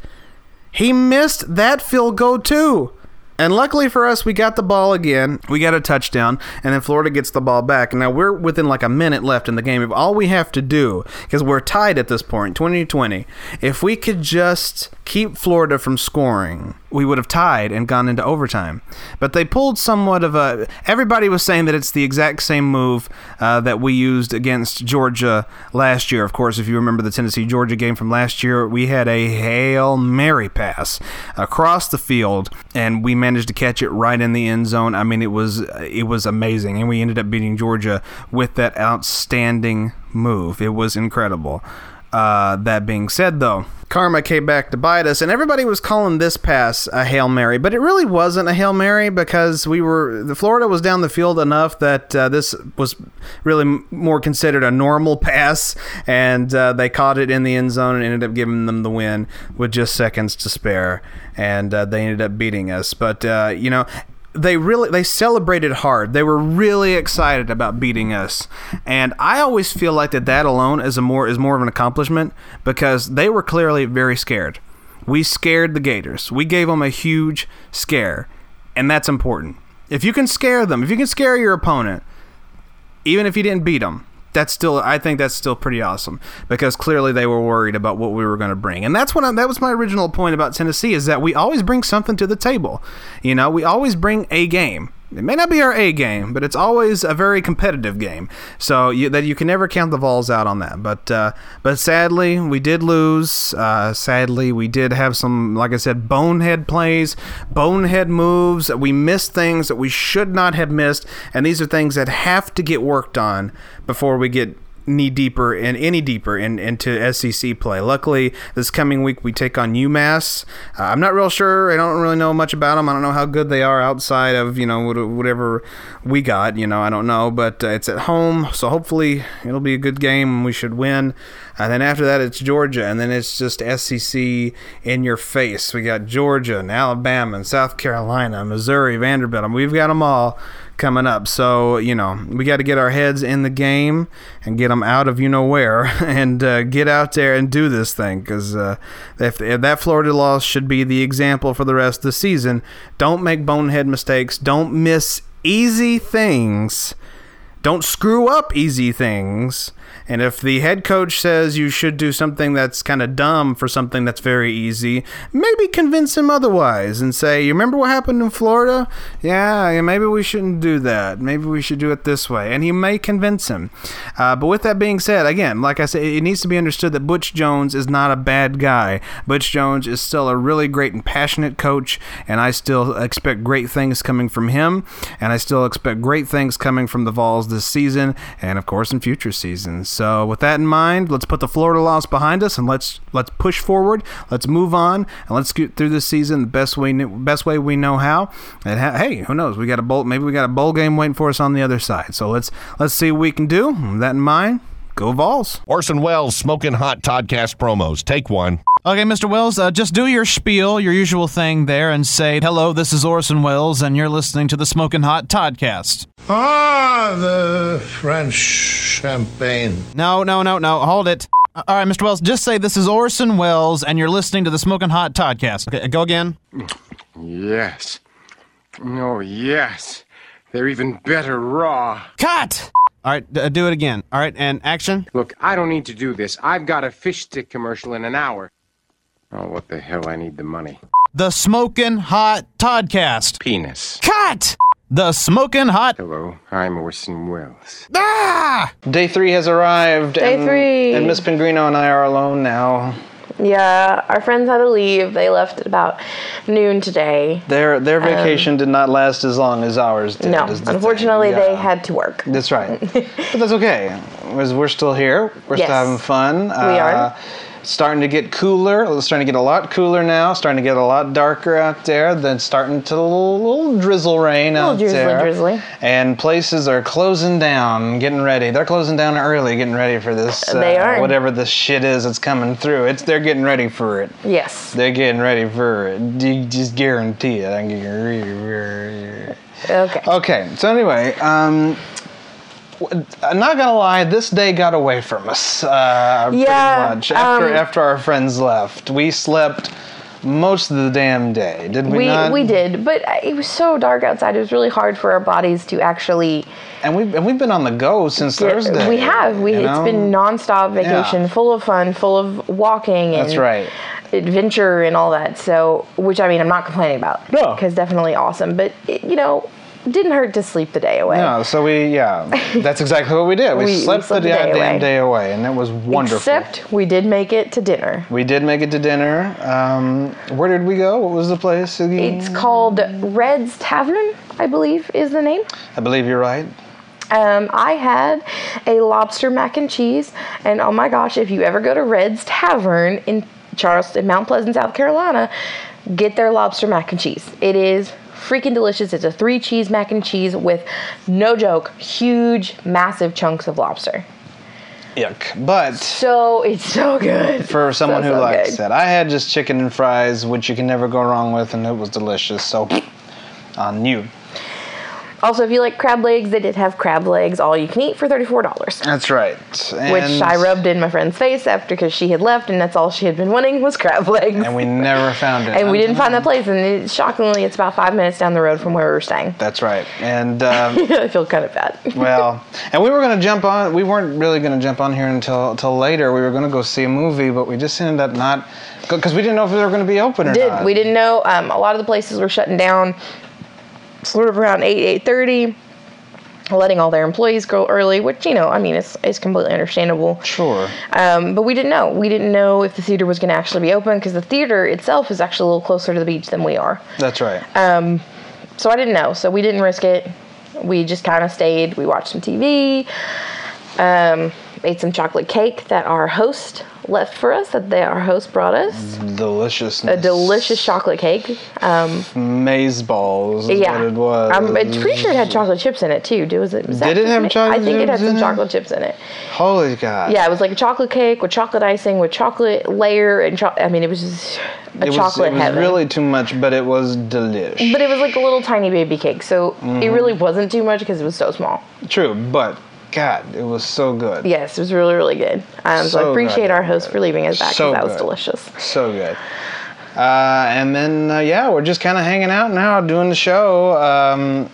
He missed that field goal too. And luckily for us, we got the ball again. We got a touchdown, and then Florida gets the ball back. Now we're within like a minute left in the game. If all we have to do, because we're tied at this point, 20 20, if we could just keep Florida from scoring, we would have tied and gone into overtime. But they pulled somewhat of a. Everybody was saying that it's the exact same move uh, that we used against Georgia last year. Of course, if you remember the Tennessee Georgia game from last year, we had a Hail Mary pass across the field, and we managed to catch it right in the end zone. I mean, it was it was amazing, and we ended up beating Georgia with that outstanding move. It was incredible. Uh, that being said, though, karma came back to bite us, and everybody was calling this pass a hail mary, but it really wasn't a hail mary because we were the Florida was down the field enough that uh, this was really m- more considered a normal pass, and uh, they caught it in the end zone and ended up giving them the win with just seconds to spare, and uh, they ended up beating us. But uh, you know, they really they celebrated hard. They were really excited about beating us, and I always feel like that that alone is a more is more of an accomplishment because they were clearly very scared. We scared the Gators. We gave them a huge scare, and that's important. If you can scare them, if you can scare your opponent, even if you didn't beat them that's still i think that's still pretty awesome because clearly they were worried about what we were going to bring and that's what I, that was my original point about tennessee is that we always bring something to the table you know we always bring a game It may not be our A game, but it's always a very competitive game. So you, that you can never count the Vols out on that. But uh, but sadly, we did lose. Uh, sadly, we did have some, like I said, bonehead plays, bonehead moves. We missed things that we should not have missed, and these are things that have to get worked on before we get knee deeper and any deeper in, into SEC play. Luckily, this coming week we take on UMass. Uh, I'm not real sure. I don't really know much about them. I don't know how good they are outside of you know what- whatever we got. You know, I don't know, but uh, it's at home, so hopefully it'll be a good game and we should win. And then after that, it's Georgia, and then it's just SEC in your face. We got Georgia and Alabama and South Carolina, and Missouri, Vanderbilt. I mean, we've got them all coming up. So, you know, we got to get our heads in the game and get them out of you know where and uh, get out there and do this thing because uh, if, if that Florida loss should be the example for the rest of the season. Don't make bonehead mistakes. Don't miss easy things. Don't screw up easy things. And if the head coach says you should do something that's kind of dumb for something that's very easy, maybe convince him otherwise and say, You remember what happened in Florida? Yeah, yeah, maybe we shouldn't do that. Maybe we should do it this way. And he may convince him. Uh, but with that being said, again, like I said, it needs to be understood that Butch Jones is not a bad guy. Butch Jones is still a really great and passionate coach, and I still expect great things coming from him, and I still expect great things coming from the Vols this season, and of course in future seasons. So with that in mind, let's put the Florida loss behind us, and let's let's push forward, let's move on, and let's get through this season the best way kn- best way we know how. And ha- hey, who knows? We got a bowl, maybe we got a bowl game waiting for us on the other side. So let's let's see what we can do. With that in mind, go Vols. Orson Welles, Smoking Hot Toddcast promos. Take one. Okay, Mr. Wells, uh, just do your spiel, your usual thing there, and say, hello, this is Orson Welles, and you're listening to the Smoking Hot Toddcast. Ah, the French champagne. No, no, no, no, hold it. Uh, All right, Mr. Wells, just say, this is Orson Welles, and you're listening to the Smoking Hot Toddcast. Okay, go again. Yes. Oh, yes. They're even better raw. Cut! All right, d- uh, do it again. All right, and action. Look, I don't need to do this. I've got a fish stick commercial in an hour. Oh, what the hell? I need the money. The Smoking Hot Toddcast. Penis. Cut! The Smoking Hot. Hello, I'm Orson Welles. Ah! Day three has arrived. Day and, three. And Miss Pingrino and I are alone now. Yeah, our friends had to leave. They left at about noon today. Their their Um, vacation did not last as long as ours did. no, is the thing. unfortunately, Yeah. they had to work. That's right. but that's okay. Because we're still here. We're Yes. still having fun. We are. Starting to get cooler. It's starting to get a lot cooler now. Starting to get a lot darker out there. Then starting to a little, little drizzle rain Little out drizzly, there. drizzly. And places are closing down, getting ready. They're closing down early, getting ready for this. uh, They are. Whatever this shit is that's coming through. It's they're getting ready for it. Yes. They're getting ready for it. You just guarantee it. I can guarantee it. Okay. Okay. So anyway, um, w- I'm not gonna lie. This day got away from us. Uh, Yeah, Pretty much after um, after our friends left, we slept most of the damn day. Did we, We not? we did, but uh, it was so dark outside. It was really hard for our bodies to actually. And we and we've been on the go since get- Thursday. We have. We you it's know? been nonstop vacation, Yeah. full of fun, full of walking. And That's right. Adventure and all that. So, which I mean, I'm not complaining about. No. Because definitely awesome, but it, you know, didn't hurt to sleep the day away. No, so we yeah, that's exactly what we did. We, We- we slept, slept the the day goddamn away. day away, and it was wonderful. Except we did make it to dinner. we did make it to dinner. Um, where did we go? What was the place? again? It's called Red's Tavern, I believe is the name. I believe you're right. Um, I had a lobster mac and cheese, and oh my gosh, if you ever go to Red's Tavern in Charleston, Mount Pleasant, South Carolina, get their lobster mac and cheese. It is freaking delicious. It's a three cheese mac and cheese with, no joke, huge, massive chunks of lobster. Yuck. But So it's so good. for someone So, who so likes good. that. I had just chicken and fries, which you can never go wrong with, and it was delicious. So on you. Also, if you like crab legs, they did have crab legs all you can eat for $34. That's right. Which And- I rubbed in my friend's face after because she had left, and that's all she had been wanting was crab legs. And we never found it. and we didn't find that place. And it, shockingly, it's about five minutes down the road from where we were staying. That's right. And um, I feel kind of bad. well, and we were gonna jump on. We weren't really gonna jump on here until until later. We were gonna go see a movie, but we just ended up not because we didn't know if they were gonna be open or Did not. we didn't know um, a lot of the places were shutting down. sort of around 8, 830 letting all their employees go early, which you know, I mean, it's it's completely understandable. Sure. Um, but we didn't know. We didn't know if the theater was going to actually be open because the theater itself is actually a little closer to the beach than we are. That's right. Um, so I didn't know. So we didn't risk it. We just kind of stayed. We watched some TV. Um, ate some chocolate cake that our host left for us. That they, our host brought us a Deliciousness. delicious chocolate cake. Um, Maze balls is yeah, what it was. I'm pretty sure it had chocolate chips in it too. Do was it? Was that Did it just have me? chocolate I think it had chips some in it? Ah. chocolate chips in it. Holy God. Yeah, it was like a chocolate cake with chocolate icing with chocolate layer and cho- I mean, it was just a it was, chocolate it was heaven. really too much, but it was delish. but it was like a little tiny baby cake, so it Mhm. really wasn't too much because it was so small. True, but God, it was so good. Yes, it was really really good. Um, so, I So appreciate good. our host for leaving us back because So that was good. delicious. So good. Uh, and then, uh, yeah, we're just kind of hanging out now, doing the show. Um,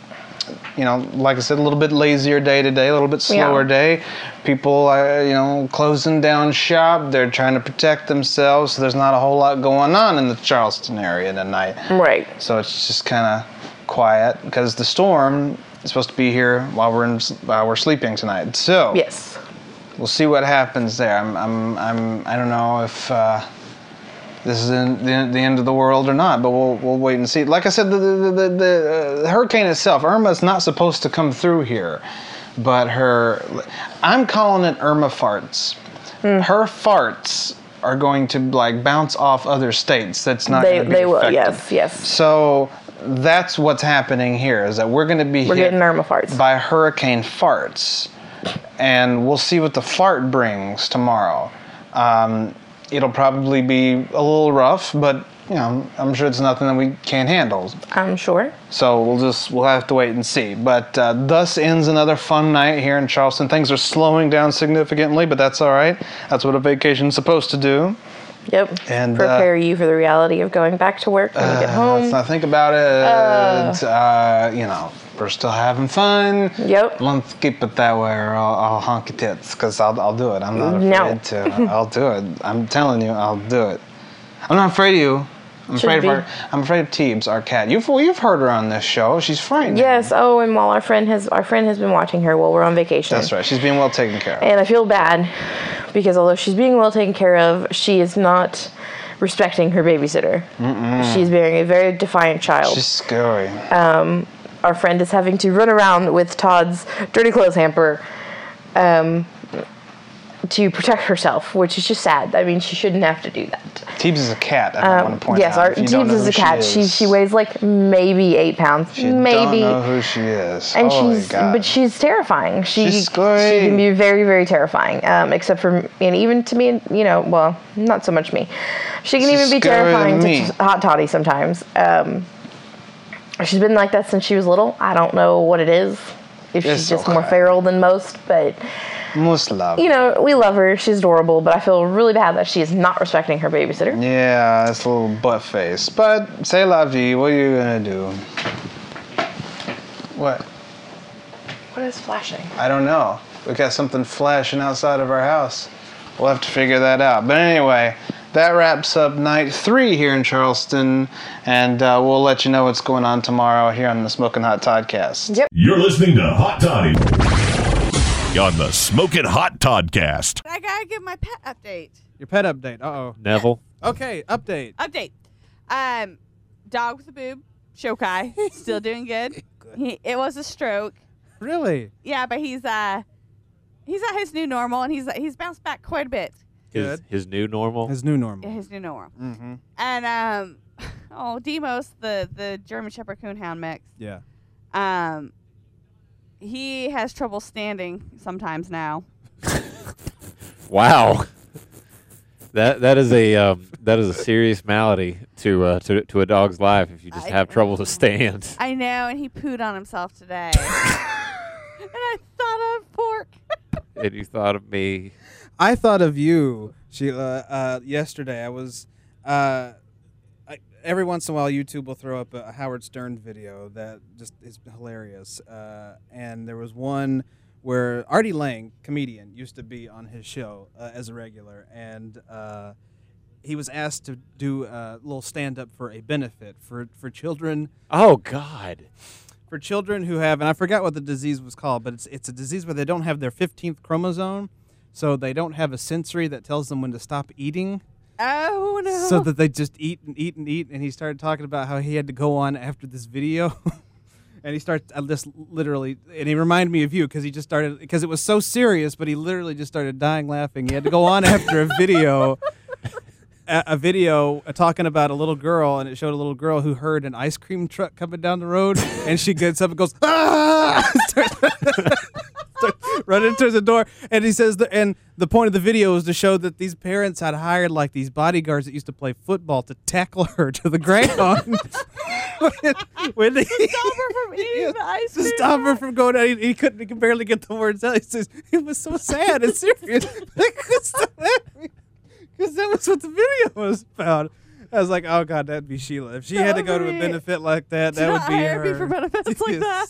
you know, like I said, a little bit lazier day today, a little bit Yeah. slower day. People, uh, you know, closing down shop. They're trying to protect themselves, so there's not a whole lot going on in the Charleston area tonight. Right. So it's just kind of quiet because the storm is supposed to be here while we're in, while we're sleeping tonight. So yes, we'll see what happens there. I'm, I'm, I'm I don't know if. Uh, this is in the, the end of the world or not, but we'll, we'll wait and see. Like I said, the, the, the, the, uh, the hurricane itself, Irma's not supposed to come through here, but her, I'm calling it Irma farts. Hmm. Her farts are going to like bounce off other states. That's not They- going to be they will, affected. yes, yes. So that's what's happening here is that we're going to be We're hit getting Irma farts. by hurricane farts, and we'll see what the fart brings tomorrow. Um, it'll probably be a little rough, but you know, I'm sure it's nothing that we can't handle. I'm sure. So we'll just we'll have to wait and see. But uh, thus ends another fun night here in Charleston. Things are slowing down significantly, but that's all right. That's what a vacation's supposed to do. Yep. And uh, Prepare you for the reality of going back to work when you get uh, home. Let's not think about it. Uh, you know, we're still having fun. Yep. Let's keep it that way, or I'll, I'll honk your tits because I'll, I'll do it. I'm not afraid No. to. I'll do it. I'm telling you, I'll do it. I'm not afraid of you. I'm Should afraid of be. our, I'm afraid of Teebs, our cat. You've well, you've heard her on this show. She's frightening. Yes. Oh, and while our friend has our friend has been watching her while we're on vacation. That's right. She's being well taken care of. And I feel bad because although she's being well taken care of, she is not respecting her babysitter. Mm-mm. She's being a very defiant child. She's scary. um, our friend is having to run around with Todd's dirty clothes hamper um, to protect herself, which is just sad. I mean, she shouldn't have to do that. Teebs is a cat. I Um, want to point yes, out. our if you don't Teebs know is a who cat. She, is, she weighs like maybe eight pounds, you maybe. Don't know who she is. and Holy she's Oh God. but she's terrifying. She She's she scary. can be very very terrifying. Um, except for and even to me, you know, well, not so much me. She can She's even be scarier terrifying than to me. t- hot toddy sometimes. Um, she's been like that since she was little. I don't know what it is. If she's It's just okay. more feral than most, but most love. you know, we love her. She's adorable, but I feel really bad that she is not respecting her babysitter. Yeah, it's a little butt face. But say la vie, what are you gonna do? What? What is flashing? I don't know. We got something flashing outside of our house. We'll have to figure that out. But anyway, that wraps up night three here in Charleston, and uh, we'll let you know what's going on tomorrow here on the Smoking Hot Toddcast. Yep. You're listening to Hot Toddy on the Smoking Hot Toddcast. I gotta give my pet update. Your pet update. Uh oh. Neville. Okay, update. Update. Um, dog with a boob, Shokai, still doing good. He, it was a stroke. Really? Yeah, but he's uh, he's at his new normal, and he's he's bounced back quite a bit. His, his new normal. His new normal. Yeah, his new normal. Mm-hmm. And um, oh, Demos, the the German Shepherd Coonhound mix. Yeah. Um, he has trouble standing sometimes now. Wow. That that is a um, that is a serious malady to uh, to to a dog's life if you just have trouble to stand. I know, and he pooed on himself today. and I thought of pork. And you thought of me. I thought of you, Sheila, uh, yesterday. I was, uh, I, every once in a while, YouTube will throw up a Howard Stern video that just is hilarious. Uh, and there was one where Artie Lang, comedian, used to be on his show uh, as a regular. And, uh, he was asked to do a little stand up for a benefit for, for children Oh God. for children who have, and I forgot what the disease was called, but it's it's a disease where they don't have their 15th chromosome, so they don't have a sensory that tells them when to stop eating. Oh no. So that they just eat and eat and eat, and he started talking about how he had to go on after this video, and he starts I just literally, and he reminded me of you because he just started because it was so serious, but he literally just started dying laughing. He had to go on after a video, a, a video uh, talking about a little girl, and it showed a little girl who heard an ice cream truck coming down the road, and she gets up and goes ah, running towards the door, and he says, the, and the point of the video is to show that these parents had hired like these bodyguards that used to play football to tackle her to the ground. when, when he, from eating the ice to stop her from going out. He, he couldn't. He could barely get the words out. He says it was so sad and serious because that was what the video was about. I was like, oh god, that'd be Sheila if she That had to would go to be- a benefit like that. Did That would not be hire me her. for benefits like that.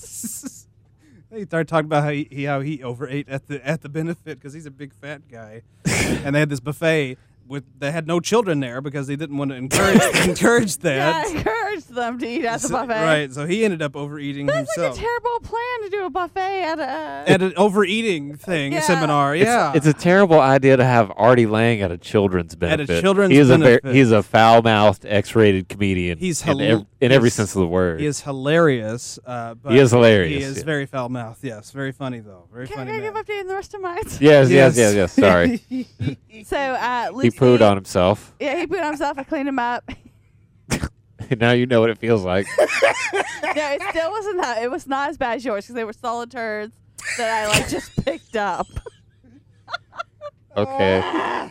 He started talking about how he, he how he overate at the at the benefit because he's a big fat guy, and they had this buffet with they had no children there because they didn't want to encourage encourage that. Yeah, I encouraged them to eat at the So- buffet. Right, so he ended up overeating That's like a himself terrible plan to do a buffet at a. at an overeating thing seminar. It's- Oh, Yeah, It's, a terrible idea to have Artie Lang at a children's benefit. children's he is A benefit. ver- he's a foul-mouthed, X-rated comedian. he's in, hila- ev- in every he's- sense of the word. He is hilarious. Uh, but is hilarious, He is yeah. very foul mouthed. Yes, very funny though. Very Can funny. I give man. update on the rest of mine? Yes, yes, yes, yes. Sorry, so uh, Lucy, he pooed on himself. Yeah, he pooed on himself. I cleaned him up. now you know what it feels like. no, it still wasn't that. It was not as bad as yours because they were solid turds that I like just picked up. Okay.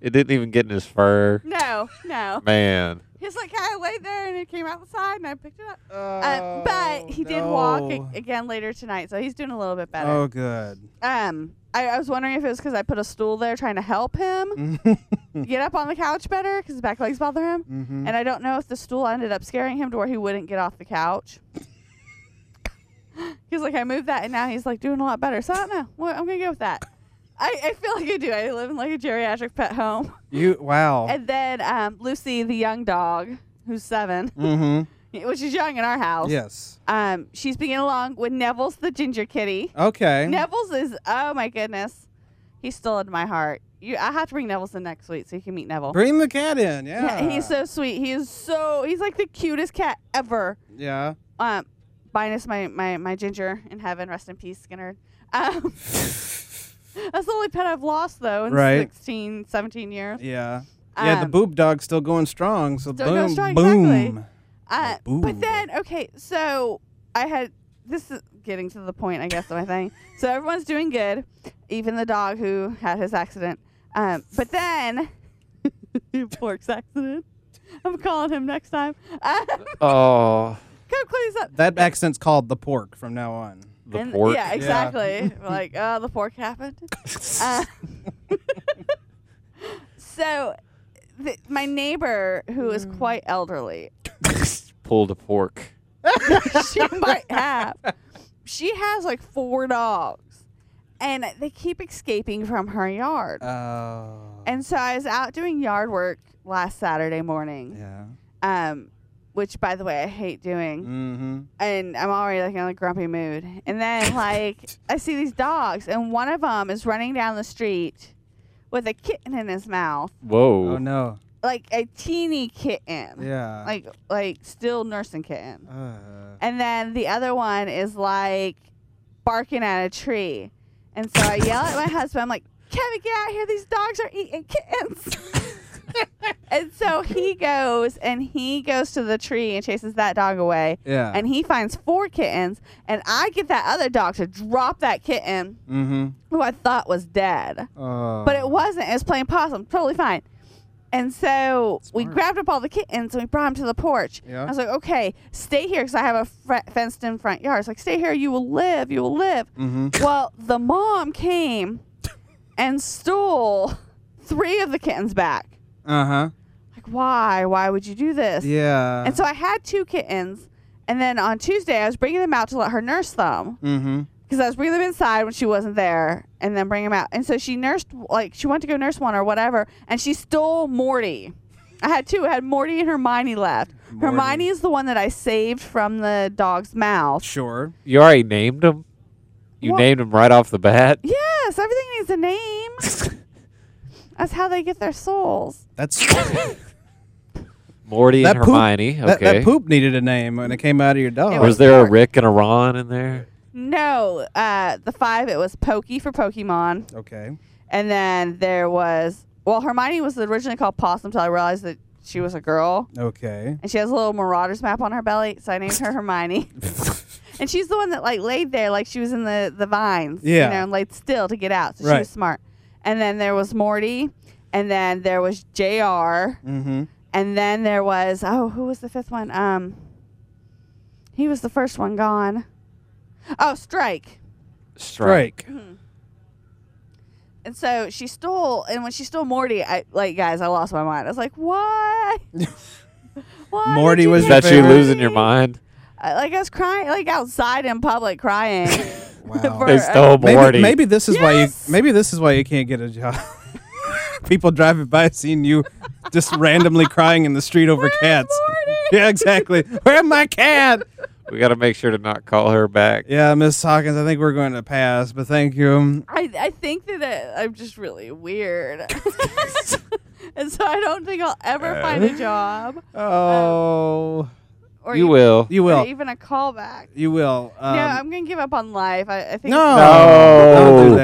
it didn't even get in his fur. No, no. Man. He was like, I laid there and it came out the side and I picked it up. uh, but he did walk Oh, no. a- again later tonight, so he's doing a little bit better. Oh, good. Um, I, I was wondering if it was because I put a stool there trying to help him Mm. get up on the couch better because his back legs bother him. Mhm. And I don't know if the stool ended up scaring him to where he wouldn't get off the couch. he's like, I moved that, and now he's like doing a lot better. So I don't know. Well, I'm gonna go with that. I, I feel like I do. I live in like a geriatric pet home. You wow. And then um, Lucy, the young dog, who's seven, Mm-hmm. which is young in our house. Yes. Um, she's being along with Neville's the ginger kitty. Okay. Neville's is oh my goodness, he's still in my heart. You, I have to bring Neville's in next week so you can meet Neville. Bring the cat in. Yeah. he's so sweet. He is so he's like the cutest cat ever. yeah. Um, minus my my my ginger in heaven, rest in peace, Skinner. Um, that's the only pet I've lost though in Right. sixteen, seventeen 16, 17 years. Yeah. yeah. The Um, boob dog's still going strong. So Still boom, going strong, boom. exactly. Uh, boo. but then, okay, so I had this is getting to the point, I guess, of my thing. So everyone's doing good, even the dog who had his accident. Um, but then, Pork's accident. I'm calling him next time. Um, Oh, come clean this up. That accent's called the pork from now on. And- Yeah, exactly. like, oh, the pork happened. Uh, so, th- my neighbor, who is quite elderly, Pulled a pork. she might have. She has like four dogs, and they keep escaping from her yard. Oh. And so I was out doing yard work last Saturday morning. Yeah. Um, which by the way I hate doing. Mm-hmm. And I'm already like in a grumpy mood. And then like I see these dogs, and one of them is running down the street with a kitten in his mouth, Whoa. Oh no. like a teeny kitten. Yeah. Like like still nursing kitten. Uh, And then the other one is like barking at a tree. And so I yell at my husband, I'm like, Kevin, get out here. These dogs are eating kittens. and so he goes and he goes to the tree and chases that dog away. Yeah. And he finds four kittens. And I get that other dog to drop that kitten mm-hmm. who I thought was dead. Oh. But it wasn't. It was playing possum. Totally fine. And so we grabbed up all the kittens and we brought them to the porch. Yeah. I was like, okay, stay here because I have a fre- fenced in front yard. It's like, stay here. You will live. You will live. Mhm. Well, the mom came and stole three of the kittens back. Uh huh. Like, why? Why would you do this? Yeah. And so I had two kittens. And then on Tuesday, I was bringing them out to let her nurse them Mm-hmm. because I was bringing them inside when she wasn't there, and then bring them out. And so she nursed, like she went to go nurse one or whatever, and she stole Morty. I had two. I had Morty and Hermione left. Hermione is the one that I saved from the dog's mouth. Sure. You already named him. You What? named him right off the bat. Yes, everything needs a name. That's how they get their souls. That's Morty and poop- Hermione. that- okay. That, poop needed a name when it came out of your dog. was there a Rick and a Ron in there? No, uh, the five. It was Pokey for Pokemon, Okay. and then there was well, Hermione was originally called Possum until I realized that she was a girl, Okay. and she has a little Marauder's map on her belly, so I named her Hermione. and she's the one that like laid there like she was in the the vines, Yeah. you know, and laid still to get out. So she Right. was smart. And then there was Morty, and then there was Jr. Mm-hmm. And then there was oh, who was the fifth one? Um, he was the first one gone. Oh, Strike. Strike. And so she stole, and when she stole Morty, I like guys, I lost my mind. I was like, what? Why did Morty you was get that you Morty? losing your mind? I, like I was crying, like outside in public, crying. wow. They stole Maybe, Morty. maybe this is why you. Maybe this is why you can't get a job. People driving by seeing you just randomly crying in the street over cats. Yeah, exactly. Where my cat? We got to make sure to not call her back. Yeah, Miss Hawkins, I think we're going to pass, but thank you. I, I think that I, I'm just really weird, and so I don't think I'll ever Uh. find a job Oh. or You even- will. You or will. even a callback. You will. Um, no, I'm gonna give up on life. I, I think no, No. don't do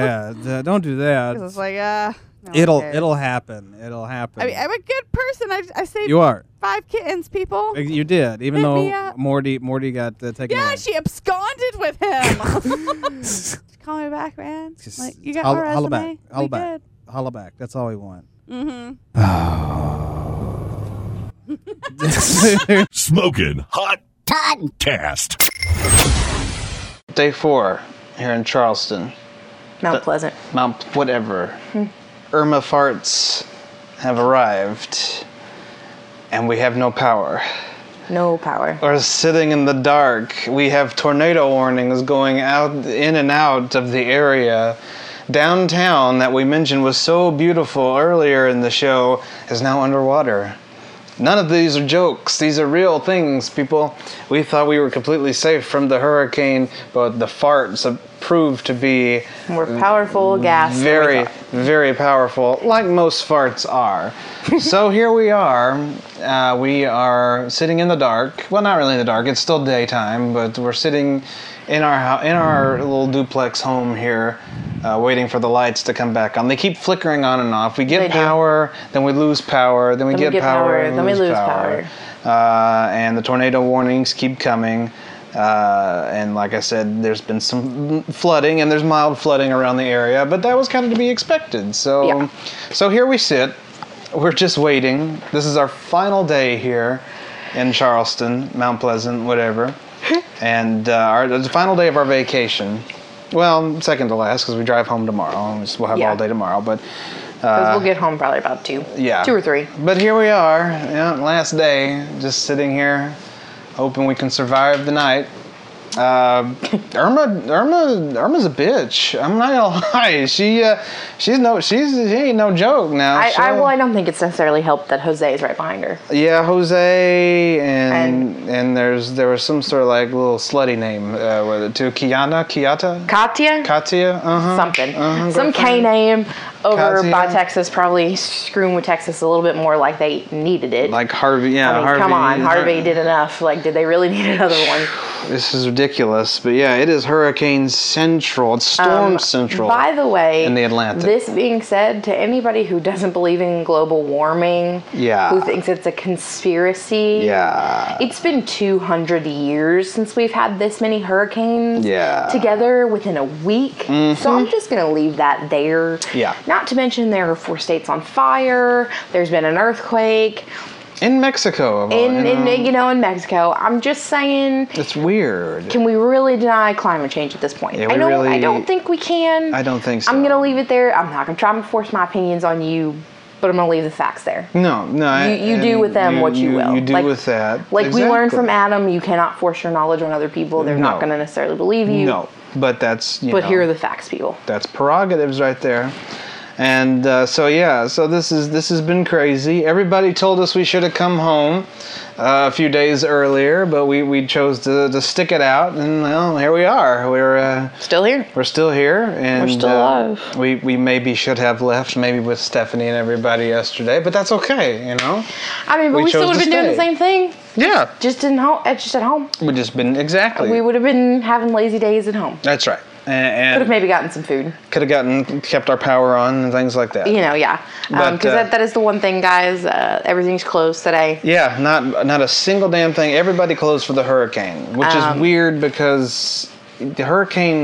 that. Uh, Don't do that. because it's like uh, no one it'll cares. it'll happen. It'll happen. I mean, I'm a good person. I, I saved You are. five kittens, people. Uh, you did, even Hit though me up. Morty Morty got uh, taken. Yeah, away. she absconded with him. Just call me back, man. Just like you got holla- my resume. holla back. We Holla back. Holla back. That's all we want. good. Mhm. Smoking Hot Podcast. Day four here in Charleston. Mount Pleasant. Hmm. Mount whatever. Irma farts have arrived, and we have no power. No power. We're sitting in the dark. We have tornado warnings going out in and out of the area. Downtown that we mentioned was so beautiful earlier in the show is now underwater. None of these are jokes. These are real things, people. We thought we were completely safe from the hurricane, but the farts have proved to be More powerful gas. than we very, thought. very powerful, like most farts are. so here we are. Uh, we are sitting in the dark. Well, not really in the dark. It's still daytime, but we're sitting in our hou- in our little duplex home here, uh, waiting for the lights to come back on. They keep flickering on and off. We get They do. power, then we lose power, then we Then we get, get power, power, and then we lose power. uh, and the tornado warnings keep coming. Uh, and like I said, there's been some flooding, and there's mild flooding around the area, but that was kind of to be expected. So, so here we sit. We're just waiting. This is our final day here in Charleston, Mount Pleasant, whatever, and uh, our the final day of our vacation. Well, second to last because we drive home tomorrow. We'll have Yeah. all day tomorrow, but 'Cause uh, we'll get home probably about two. yeah. Two or three. But here we are, yeah, last day, just sitting here, hoping we can survive the night. Uh, Irma, Irma, Irma's a bitch. I'm not gonna lie. She, uh, she's no, she's she ain't no joke now. I, I She'll- well, I don't think it's necessarily helped that Jose is right behind her. yeah, Jose, and, and there's there was some sort of like little slutty name uh, with it too. Kiana, Kiata, Katya, Katia, uh-huh. something, Uh-huh, some K girlfriend. name over Katya. by Texas, probably screwing with Texas a little bit more, like they needed it. like Harvey. Yeah, I mean, Harvey. come on, Har- Harvey did enough. Like, did they really need another one? This is ridiculous, but yeah, it is Hurricane Central. It's Storm Um, Central. By the way, in the Atlantic. This being said, to anybody who doesn't believe in global warming, Yeah. who thinks it's a conspiracy, Yeah. it's been 200 years since we've had this many hurricanes Yeah. Mm-hmm. together within a week. So I'm just going to leave that there. Yeah. Not to mention there are four states on fire. There's been an earthquake in Mexico. of all- in, you know, in you know in Mexico. I'm just saying. it's weird. Can we really deny climate change at this point? Yeah, I we don't. I really- don't think we can. I don't think so. I'm gonna leave it there. I'm not gonna try and force my opinions on you, but I'm gonna leave the facts there. no, no. I- You- you do and with them what you will. You do Like- with that. Like we learned Exactly. from Adam, you cannot force your knowledge on other people. They're No. not gonna necessarily believe you. No, but that's you But know, here are the facts, people. that's prerogatives right there. And uh, so yeah, so this is this has been crazy. Everybody told us we should have come home uh, a few days earlier, but we, we chose to, to stick it out, and well, here we are. We're uh, still here. We're still here, and uh, still alive. we we maybe should have left, maybe with Stephanie and everybody yesterday, but that's okay, you know. I mean, but We we, still chose would to have been doing the same stay. thing. Yeah. Just in home. uh, Just at home. We just been exactly. We would have been having lazy days at home. that's right. Could And, have maybe gotten some food. could have gotten kept our power on and things like that. You know, yeah. Because But, uh, that, that is the one thing, guys. Uh, everything's closed today. Yeah, not not a single damn thing. Everybody closed for the hurricane, which Um, is weird because the hurricane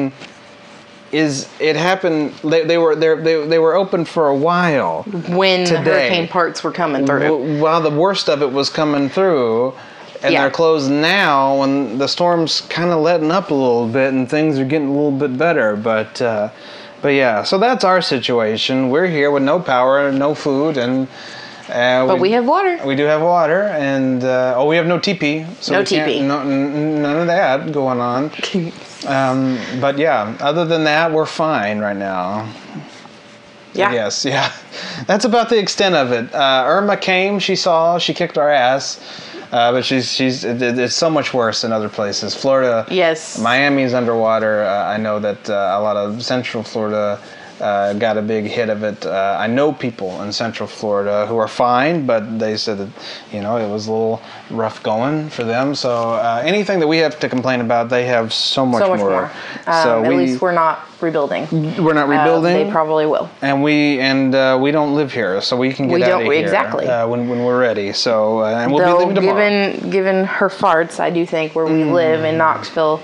is it happened. They, they were they, they they were open for a while When the hurricane parts were coming through. W- while the worst of it was coming through. And Yeah. they're closed now when the storm's kind of letting up a little bit and things are getting a little bit better. But uh, but yeah, so that's our situation. We're here with no power, no food, and uh, But we have water. We do have water, and uh, oh, we have no TP. So No we can't- TP. No, n- none of that going on. um, but yeah, other than that, we're fine right now. Yeah. Yes, yeah. That's about the extent of it. Uh, Irma came, she saw, she kicked our ass, uh, but she's she's it, it- it's so much worse in other places. Florida, Yes. Miami's underwater. Uh, I know that uh, a lot of Central Florida. Uh, got a big hit of it. Uh, I know people in Central Florida who are fine, but they said that you know it was a little rough going for them. So uh, anything that we have to complain about, they have so much, so much more. Um, so at we, least we're not rebuilding. Uh, we're not rebuilding. they probably will. And we and uh, we don't live here, so we can get We out don't- of here exactly. uh, when, when we're ready. So uh, and we'll Though, be leaving tomorrow. Mm. given given her farts, I do think where we live in Knoxville,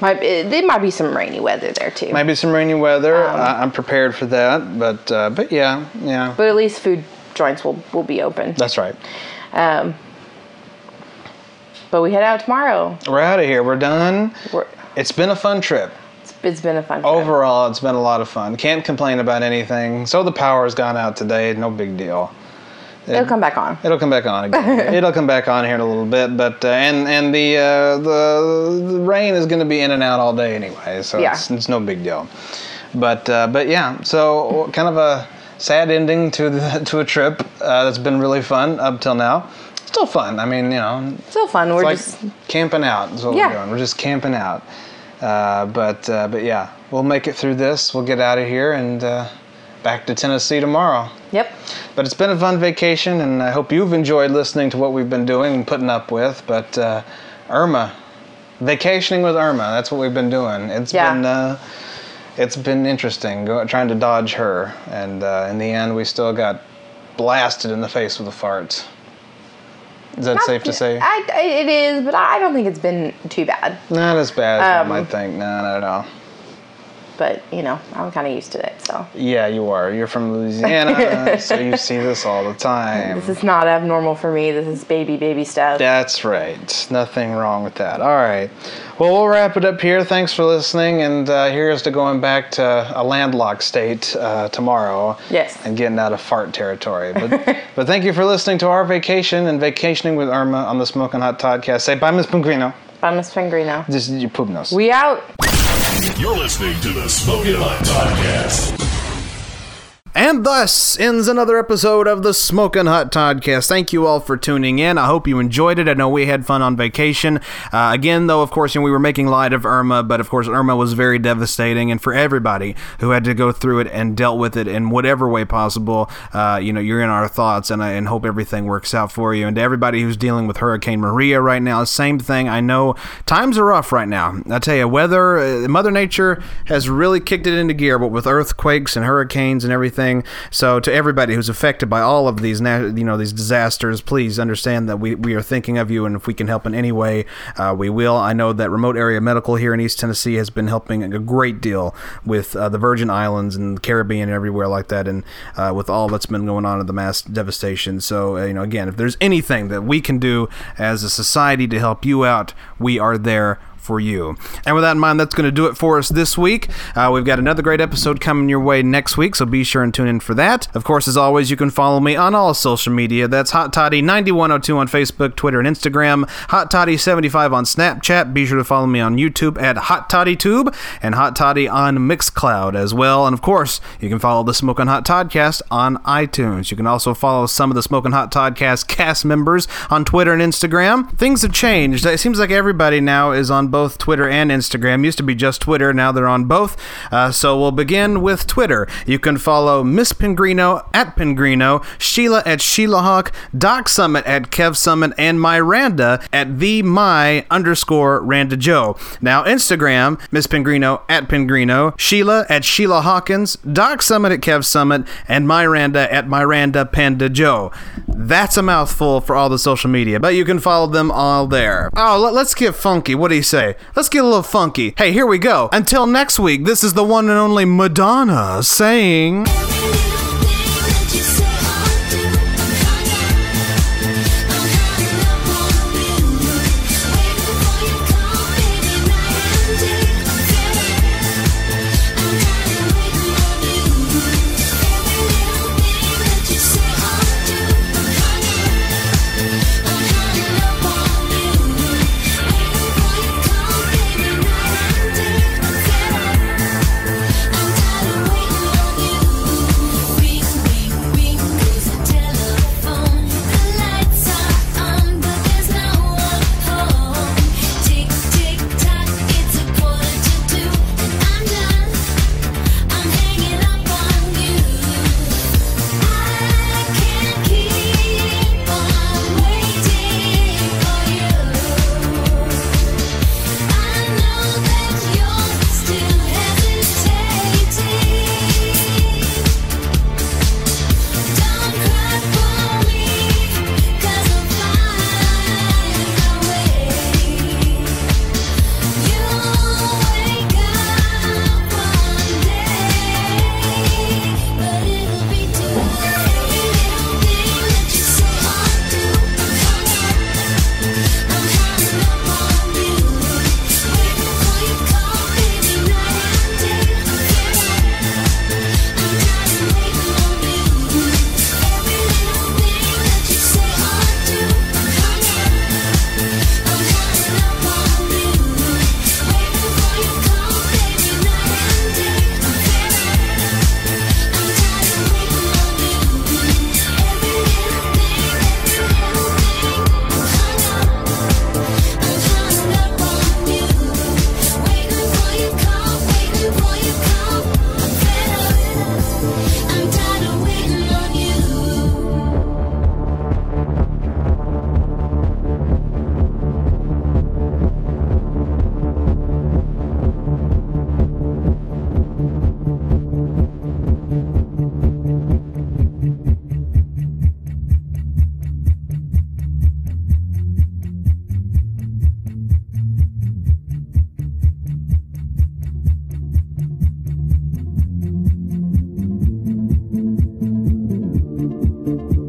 might it, there might be some rainy weather there too. Maybe some rainy weather. Um, I I'm prepared for that, but uh, but yeah, yeah, But at least food joints will will be open. that's right. Um, but we head out tomorrow. We're out of here. We're done. it's been a fun trip. It's been a fun. Overall, it's been a lot of fun. Can't complain about anything. So the power's gone out today. No big deal. It'll come back on. It'll come back on again. It'll come back on here in a little bit, but uh, and and the uh, the, the rain is going to be in and out all day anyway, so it's, Yeah. it's no big deal. But uh, but yeah, so kind of a sad ending to the, to a trip uh, that's been really fun up till now. Still fun. I mean, you know, Still fun. it's We're like just camping out. Is what Yeah. we're doing. We're just camping out. Uh, but uh, but yeah, we'll make it through this. We'll get out of here and uh, back to Tennessee tomorrow. Yep. But it's been a fun vacation, and I hope you've enjoyed listening to what we've been doing and putting up with. But uh, Irma, vacationing with Irma—that's what we've been doing. It's Yeah. been uh, it's been interesting go, trying to dodge her, and uh, in the end, we still got blasted in the face with a fart. Is that not- safe to say? I, I- it is, but I don't think it's been too bad. Not as bad as Um, one might think. No, not at all. But you know, I'm kind of used to it, so Yeah, you are. You're from Louisiana, so you see this all the time. this is not abnormal for me. This is baby, baby stuff. That's right. Nothing wrong with that. All right. Well, we'll wrap it up here. Thanks for listening, and uh, here's to going back to a landlocked state uh, tomorrow. Yes. And getting out of fart territory. But, but thank you for listening to our vacation and vacationing with Irma on the Smoking Hot Podcast. Say bye, Miss Pingrino. Bye, Miss Pingrino. This is your Pugnos. We out. You're listening to the Smoking Hot Podcast. And thus ends another episode of the Smokin' Hot Podcast. Thank you all for tuning in. I hope you enjoyed it. I know we had fun on vacation. Uh, again, though, of course, you know, we were making light of Irma, but of course, Irma was very devastating. And for everybody who had to go through it and dealt with it in whatever way possible, uh, you know, you're in our thoughts and, I- and hope everything works out for you. And to everybody who's dealing with Hurricane Maria right now, same thing. I know times are rough right now. I tell you, weather, uh, Mother Nature has really kicked it into gear, but with earthquakes and hurricanes and everything. So to everybody who's affected by all of these, na- you know, these disasters, please understand that we, we are thinking of you, and if we can help in any way, uh, we will. I know that remote area medical here in East Tennessee has been helping a great deal with uh, the Virgin Islands and the Caribbean and everywhere like that, and uh, with all that's been going on in the mass devastation. So uh, you know, again, if there's anything that we can do as a society to help you out, we are there. For for you. And with that in mind, that's going to do it for us this week. Uh, we've got another great episode coming your way next week, so be sure and tune in for that. Of course, as always, you can follow me on all social media. That's Hot Toddy 9102 on Facebook, Twitter, and Instagram. Hot Toddy 75 on Snapchat. Be sure to follow me on YouTube at Hot Toddy Tube and Hot Toddy on Mixcloud as well. And of course, you can follow the Smoking Hot Toddcast on iTunes. You can also follow some of the Smoking Hot Toddcast cast members on Twitter and Instagram. Things have changed. It seems like everybody now is on both Twitter and Instagram. Used to be just Twitter, now they're on both. Uh, so we'll begin with Twitter. You can follow Miss Pingrino at Pingrino, Sheila at Sheila Hawk, Doc Summit at Kev Summit, and Myranda at the my underscore Randa Joe. Now Instagram, Miss Pingrino at Pingrino, Sheila at Sheila Hawkins, Doc Summit at Kev Summit, and Myranda at Myranda Panda Joe. That's a mouthful for all the social media, but you can follow them all there. Oh, let, let's get funky. What do you say? Let's get a little funky. Hey, here we go. Until next week, this is the one and only Madonna saying.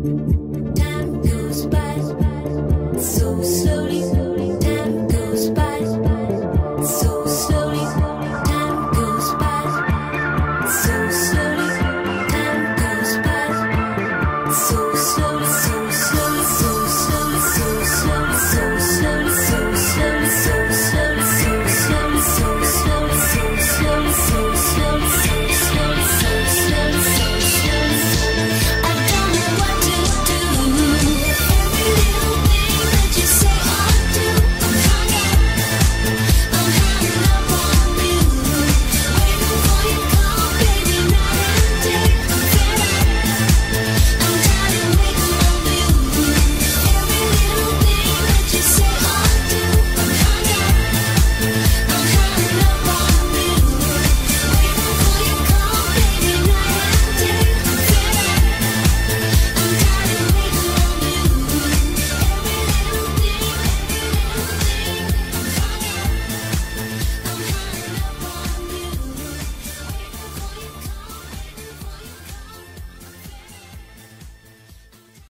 Time goes by so slowly. Time goes by so slowly. Time goes by so slowly. Time goes by so slowly. So